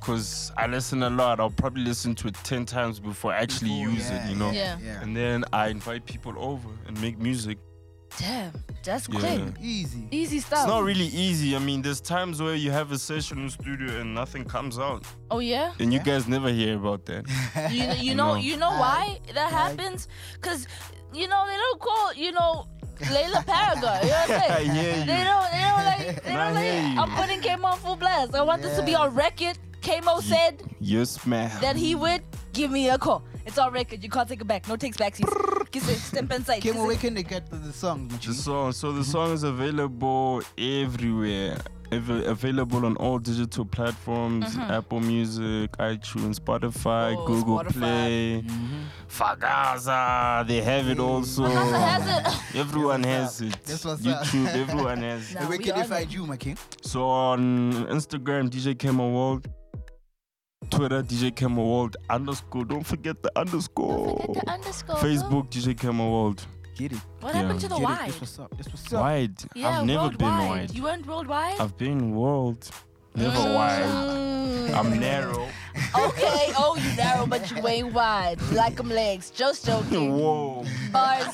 Speaker 4: Cause I listen a lot. I'll probably listen to it ten times before I actually use it, you know.
Speaker 16: yeah,
Speaker 2: yeah.
Speaker 4: And then I invite people over and make music.
Speaker 16: Damn, that's
Speaker 4: Yeah.
Speaker 16: quick.
Speaker 2: Easy.
Speaker 16: Easy stuff.
Speaker 4: It's not really easy. I mean, there's times where you have a session in studio and nothing comes out,
Speaker 16: Oh yeah.
Speaker 4: and you guys never hear about that.
Speaker 6: you know, you
Speaker 4: You
Speaker 6: know,
Speaker 4: know.
Speaker 6: you know why that happens? Cause you know they don't call you know Layla Paragon. You know what I'm saying?
Speaker 4: hear you.
Speaker 6: They don't, they don't like, they
Speaker 4: Nah,
Speaker 6: don't
Speaker 4: I hear
Speaker 6: like.
Speaker 4: you.
Speaker 6: I'm putting Kamo on full blast. I want this to be on record. Kamo said
Speaker 4: Yes, man.
Speaker 6: that he would give me a call. It's on record. You can't take it back. No takes back. Kiss it. Stamp and sight.
Speaker 2: Kimo,
Speaker 6: Kiss
Speaker 2: where
Speaker 6: it.
Speaker 2: can they get the, the song? Gucci?
Speaker 4: the song. So the song is available everywhere. Ava available on all digital platforms: Apple Music, iTunes, Spotify,
Speaker 6: Mm-hmm. Oh,
Speaker 4: Google
Speaker 6: Spotify.
Speaker 4: Play,
Speaker 2: Mm-hmm.
Speaker 4: Fagaza. They have it also.
Speaker 6: Fagaza has it.
Speaker 4: Everyone has it.
Speaker 2: That's what's up.
Speaker 4: YouTube. Everyone has it.
Speaker 2: And uh, where
Speaker 6: we
Speaker 2: can they
Speaker 6: on
Speaker 2: find you, my king?
Speaker 4: So on Instagram, DJ Kemo World. Twitter, DJ Kemo World underscore. Don't forget the underscore.
Speaker 16: underscore.
Speaker 4: Facebook, DJ Kemo World.
Speaker 2: Get it.
Speaker 16: What
Speaker 4: Yeah.
Speaker 16: happened to the
Speaker 2: Get
Speaker 16: wide?
Speaker 2: it. This what's up. This what's up.
Speaker 4: Wide.
Speaker 16: Yeah,
Speaker 4: I've never
Speaker 16: worldwide.
Speaker 4: been wide.
Speaker 16: You went worldwide.
Speaker 4: I've been world, never
Speaker 16: Mm.
Speaker 4: wide. I'm narrow.
Speaker 6: Okay. Oh, you narrow, but you ain't wide. Like them legs. Just joking.
Speaker 4: Whoa.
Speaker 6: Bars.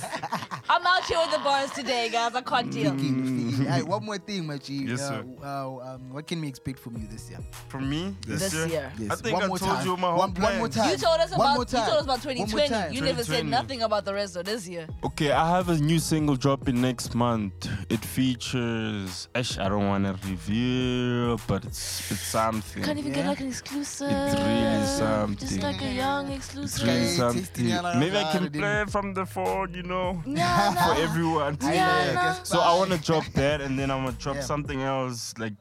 Speaker 6: I'm out here with the bars today, guys. I can't deal.
Speaker 2: King. Aye, one more thing, my G.
Speaker 4: Yes,
Speaker 2: uh,
Speaker 4: sir.
Speaker 2: uh, um, what can we expect from you this year?
Speaker 4: For me,
Speaker 16: This year.
Speaker 4: I
Speaker 2: Yes,
Speaker 4: think
Speaker 2: one
Speaker 4: I
Speaker 2: more
Speaker 4: told
Speaker 2: time.
Speaker 4: you my whole
Speaker 2: one, one more
Speaker 4: plans.
Speaker 2: time.
Speaker 6: You told us
Speaker 2: One
Speaker 6: about
Speaker 2: more
Speaker 6: you
Speaker 2: time.
Speaker 6: told us about
Speaker 2: One more
Speaker 6: 2020.
Speaker 2: time.
Speaker 6: You never said
Speaker 4: 2020.
Speaker 6: nothing about the rest of this year.
Speaker 4: Okay, I have a new single dropping next month. It features. Ash, I don't want to reveal, but it's it's something.
Speaker 16: Can't even get
Speaker 2: Yeah.
Speaker 16: like an exclusive.
Speaker 4: something.
Speaker 16: Just like a young
Speaker 4: It's
Speaker 16: exclusive.
Speaker 4: really
Speaker 2: Okay, tasting
Speaker 4: something.
Speaker 2: yellow
Speaker 4: Maybe I can
Speaker 2: card,
Speaker 4: play from the phone, you know,
Speaker 16: Yeah,
Speaker 4: for everyone. to
Speaker 16: Yeah,
Speaker 4: hear.
Speaker 16: nah.
Speaker 4: So I want to drop that, and then I'm gonna drop
Speaker 2: Yeah.
Speaker 4: something else like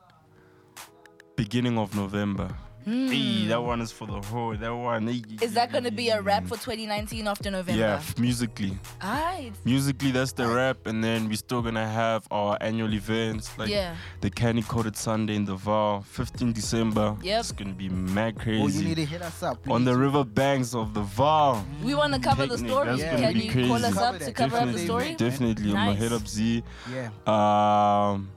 Speaker 4: beginning of November.
Speaker 2: Mm.
Speaker 4: Hey, that one is for the hood. That one. Hey,
Speaker 6: Is that gonna be a wrap for 2019 after November?
Speaker 4: yeah, f- musically.
Speaker 6: Alright.
Speaker 4: Musically, that's the rap, and then we're still gonna have our annual events like
Speaker 6: Yeah.
Speaker 4: the Candy Coated Sunday in the Val, 15 December.
Speaker 6: Yep.
Speaker 4: It's gonna be mad crazy.
Speaker 2: Oh, you need to hit us up.
Speaker 4: On the river banks of the Val.
Speaker 6: We wanna cover the
Speaker 4: Picnic,
Speaker 6: story.
Speaker 4: that's gonna
Speaker 6: Can
Speaker 4: be
Speaker 6: you
Speaker 4: crazy.
Speaker 6: call us up to cover up the
Speaker 4: Definitely,
Speaker 6: story?
Speaker 4: Definitely, I'm gonna hit
Speaker 6: Nice.
Speaker 4: up Z.
Speaker 2: Yeah.
Speaker 4: Um,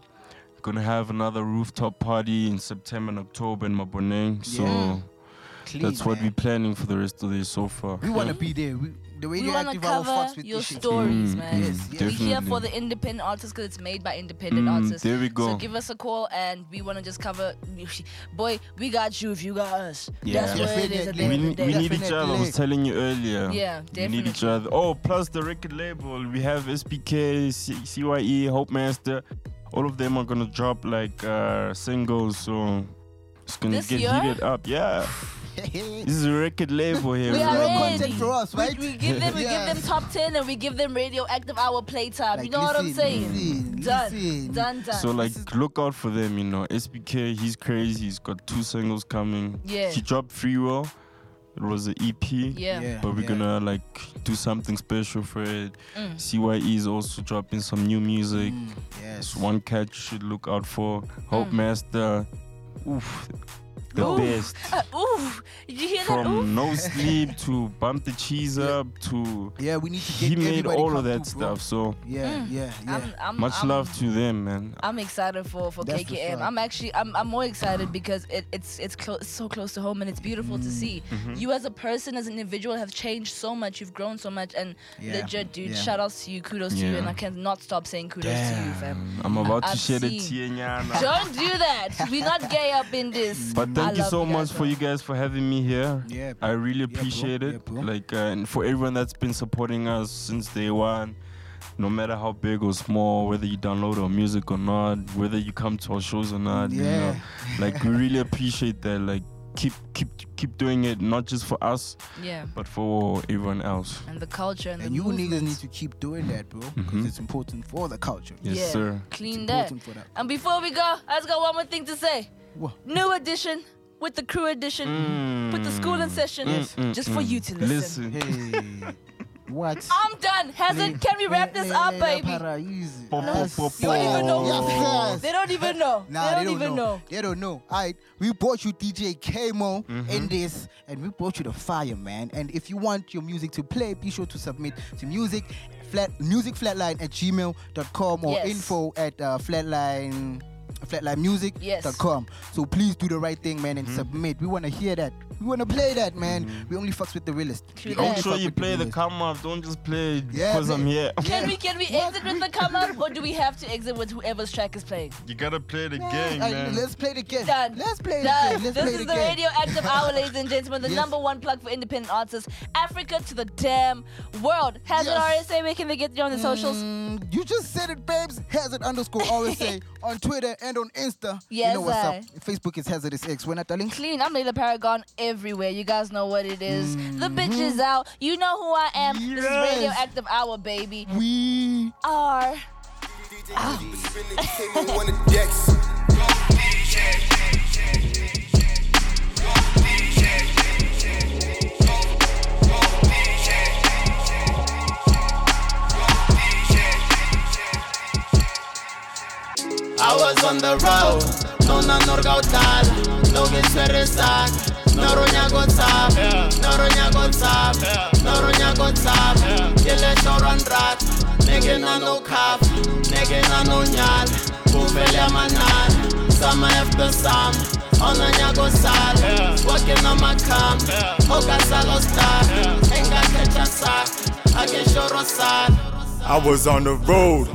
Speaker 4: gonna have another rooftop party in September and October in Maboneng. So
Speaker 2: Yeah.
Speaker 4: that's what we're planning for the rest of the year so far.
Speaker 2: We want to be there. We, the
Speaker 6: We
Speaker 2: radio
Speaker 6: want to
Speaker 2: active hour fucks
Speaker 6: cover
Speaker 2: with
Speaker 6: your
Speaker 2: this shit.
Speaker 6: stories,
Speaker 4: Mm,
Speaker 6: man.
Speaker 4: mm, Yes, yes.
Speaker 6: We're here for
Speaker 4: definitely.
Speaker 6: the independent artists because it's made by independent
Speaker 4: Mm,
Speaker 6: artists.
Speaker 4: there we go.
Speaker 6: So give us a call and we want to just cover. Boy, we got you if you got us.
Speaker 4: Yeah,
Speaker 6: That's what it is at the end
Speaker 4: we,
Speaker 6: of
Speaker 4: need,
Speaker 6: the
Speaker 4: we
Speaker 6: day.
Speaker 4: need each other. I was telling you earlier.
Speaker 6: Yeah,
Speaker 4: We need each other. Oh, plus the record label. We have SPK, C- CYE, Hope Master. All of them are gonna drop like uh, singles, so it's gonna
Speaker 6: This
Speaker 4: get
Speaker 6: year?
Speaker 4: heated up. Yeah, this is a record label here.
Speaker 6: We are
Speaker 4: bro.
Speaker 6: ready. We, we give them, we give them top ten, and we give them radioactive hour playtime. you know what I'm saying? done, done, done.
Speaker 4: So like, look out for them, you know. SBK, he's crazy. He's got two singles coming.
Speaker 6: Yeah.
Speaker 4: He dropped Free Will. It was an EP.
Speaker 6: Yeah. Yeah,
Speaker 4: But we're
Speaker 6: yeah.
Speaker 4: gonna like do something special for it.
Speaker 6: Mm.
Speaker 4: CYE is also dropping some new music.
Speaker 2: Mm,
Speaker 4: yes. One catch you should look out for. Hope
Speaker 6: Mm.
Speaker 4: Master. Oof. The
Speaker 6: Oof.
Speaker 4: best.
Speaker 6: Uh, oof! Did you hear that? Oof!
Speaker 4: From no sleep to bump the cheese up to
Speaker 2: yeah, we need to
Speaker 4: he
Speaker 2: get
Speaker 4: made
Speaker 2: everybody
Speaker 4: all of
Speaker 2: come
Speaker 4: that
Speaker 2: through, bro.
Speaker 4: stuff. So
Speaker 2: Yeah,
Speaker 6: mm.
Speaker 2: yeah, yeah.
Speaker 6: I'm, I'm,
Speaker 4: much
Speaker 6: I'm,
Speaker 4: love to them, man.
Speaker 6: I'm excited for for
Speaker 4: That's what's
Speaker 6: KKM.
Speaker 4: up.
Speaker 6: I'm actually I'm, I'm more excited because it, it's it's clo- it's so close to home and it's beautiful to see.
Speaker 4: Mhm.
Speaker 6: You as a person, as an individual, have changed so much. You've grown so much, and
Speaker 4: Yeah,
Speaker 6: legit, dude,
Speaker 4: yeah.
Speaker 6: shout outs to you, kudos to you,
Speaker 4: Yeah.
Speaker 6: and I cannot stop saying kudos to you, fam.
Speaker 4: I'm about to
Speaker 6: I've
Speaker 4: share the
Speaker 6: seen-
Speaker 4: tea, nyana.
Speaker 6: Don't do that. We're not gay up in this.
Speaker 4: But
Speaker 6: I
Speaker 4: thank you
Speaker 6: love
Speaker 4: so much
Speaker 6: guys,
Speaker 4: for you guys for having me here. Yeah, I really appreciate it. like, uh, and for everyone that's been supporting us since day one, no matter how big or small, whether you download our music or not, whether you come to our shows or not, you know, like we really appreciate that. Like, keep keep keep doing it, not just for us,
Speaker 6: Yeah.
Speaker 4: but for everyone else.
Speaker 6: and the culture and,
Speaker 2: And
Speaker 6: the
Speaker 2: you
Speaker 6: movement.
Speaker 2: niggas need to keep doing that, bro, because it's important for the culture.
Speaker 4: Mm-hmm. Yes, Yeah. sir.
Speaker 6: clean
Speaker 2: It's
Speaker 6: that.
Speaker 2: important for that.
Speaker 6: And before we go, I just got one more thing to say.
Speaker 2: What?
Speaker 6: New edition with the crew edition, with the school in session,
Speaker 2: Yes. Mm,
Speaker 6: just
Speaker 2: mm,
Speaker 6: for
Speaker 2: mm.
Speaker 6: you to listen.
Speaker 2: Hey, what?
Speaker 6: I'm done. Hazard, can we wrap this up, baby?
Speaker 2: Yes.
Speaker 6: You don't even know.
Speaker 2: Yes.
Speaker 6: They don't even know.
Speaker 2: Nah,
Speaker 6: they don't even know.
Speaker 2: They don't know. All right, we brought you DJ Kamo
Speaker 4: Mm-hmm.
Speaker 2: in this, and we brought you the fire, man. And if you want your music to play, be sure to submit to music flat musicflatline at gmail.com or
Speaker 6: Yes.
Speaker 2: info at uh, flatline flatlinemusic.com. So please do the right thing,
Speaker 4: Mm-hmm.
Speaker 2: man, and submit. We want to hear that. We want to play that, man. We only fucks with the realest. We only
Speaker 4: Make sure
Speaker 2: fuck
Speaker 4: you
Speaker 2: with the
Speaker 4: play the
Speaker 2: realest.
Speaker 4: come up. Don't just play
Speaker 2: Yeah,
Speaker 4: because I'm
Speaker 2: play-
Speaker 4: here.
Speaker 6: Can we can we exit with the come up or do we have to exit with whoever's track is playing?
Speaker 4: You gotta play the game,
Speaker 2: I-
Speaker 4: man.
Speaker 2: let's play the game.
Speaker 6: Done.
Speaker 2: Let's play the
Speaker 6: Done.
Speaker 2: game. Let's
Speaker 6: this
Speaker 2: play
Speaker 6: is
Speaker 2: the
Speaker 6: the
Speaker 2: game.
Speaker 6: radioactive hour, ladies and gentlemen, the
Speaker 2: Yes.
Speaker 6: number one plug for independent artists, Africa to the damn world. Has
Speaker 2: Yes. Mm,
Speaker 6: it RSA? Where can they get you on the socials?
Speaker 2: You just said it, babes. Hazard underscore RSA on Twitter and on Insta.
Speaker 6: Yes,
Speaker 2: you know what's
Speaker 6: I.
Speaker 2: up. Facebook is Hazardous X. We're not telling.
Speaker 6: Clean. I'm Layla Paragon everywhere. You guys know what it is. The bitch is out. You know who I am. This is
Speaker 2: Mm-hmm. Yes.
Speaker 6: Radioactive Hour, baby.
Speaker 2: We
Speaker 6: are.
Speaker 13: I was on the road, no na norga utal, no get resak, no ronya go tap, no ronya go tap, no ronya go tap, yele shoran rat, nigga na no cap, nigga na no nyal, kuvele manal, sama after sam, ona nya go sal, working on my cam, oka salo star, enga kecha sak, ake shoro sal.
Speaker 14: I was on the road,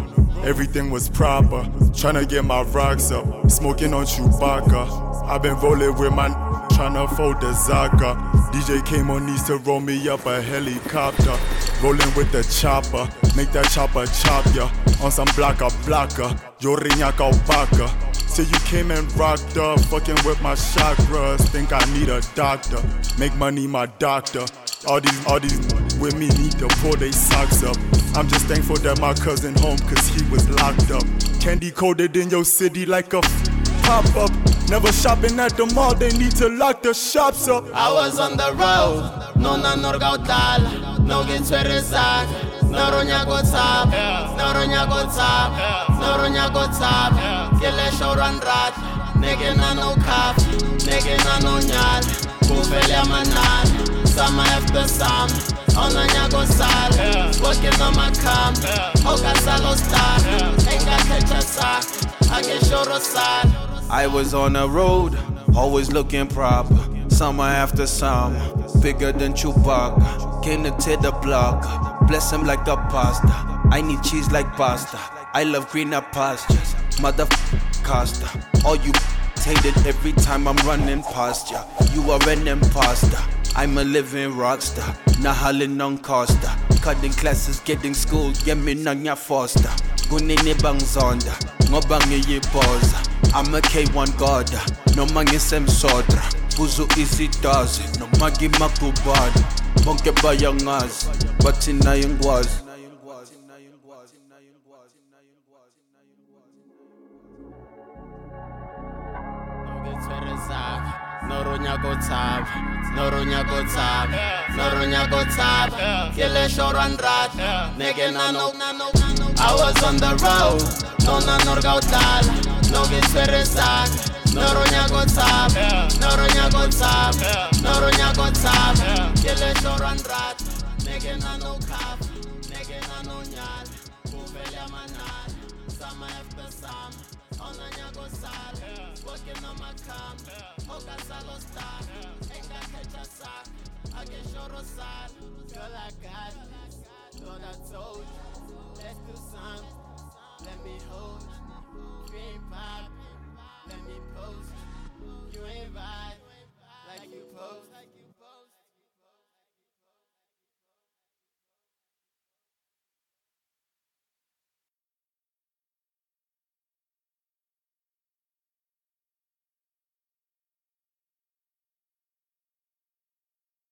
Speaker 14: everything was proper. Tryna get my rocks up, smoking on Chewbacca. I've been rolling with my n- tryna fold the Zaka. DJ came on needs to roll me up a helicopter. Rolling with the chopper, make that chopper chop ya. On some blocka blocka, yo riñaca opaca. Till you came and rocked up, fucking with my chakras. Think I need a doctor, make money my doctor. All these, all these women need to pull they socks up. I'm just thankful that my cousin home, cause he was locked up. Candy coated in your city like a f- pop up.
Speaker 9: Never shopping at the mall, they need to lock the shops up.
Speaker 13: I was on the road, no na norga udala, no get zak, noro nyago tap, noro nyago tap, noro nyago tap, kile shoran rat, nigga na no cap, nigga na no nyal, kufele manal, sama after sam, ona nyago sal, working on my cam, oka salo star, enga kecha sak, ake shoro sal,
Speaker 15: I was on the road, always looking proper. Summer after some, bigger than Chewbacca. Came to tear the block, bless him like a pasta. I need cheese like pasta. I love greener pastures, mother Costa. All you hated every time I'm running past ya. You are an imposter. I'm a living rockstar, not hollering on Costa. Cutting classes, getting school, yeah, me nanya foster. Gunini bang zonda, ngobangi ye boza. I'm a K1 god, no mangi sem sodra. Buzu easy does, no magi makubad. Bonke bayangas, but in was.
Speaker 13: Noronya go tap, Noronya go tap, Noronya go tap, Kile Shoran Rat, Nigga Nano. I was on the road, Nona Norga Utal, Nogi Sveresak, Noronya go tap, Noronya go tap, Noronya go tap, Kile Shoran Rat, Nigga Nano Cap, Nigga Nano Nyal, Kuvelia Manal, Sama Efta Sam, Onanya go sal, Working on my cam, Oka salo star, Enga kecha sak, Ake shoro sal, Girl I got this, Lord I told you, Let's do some, let me hold you.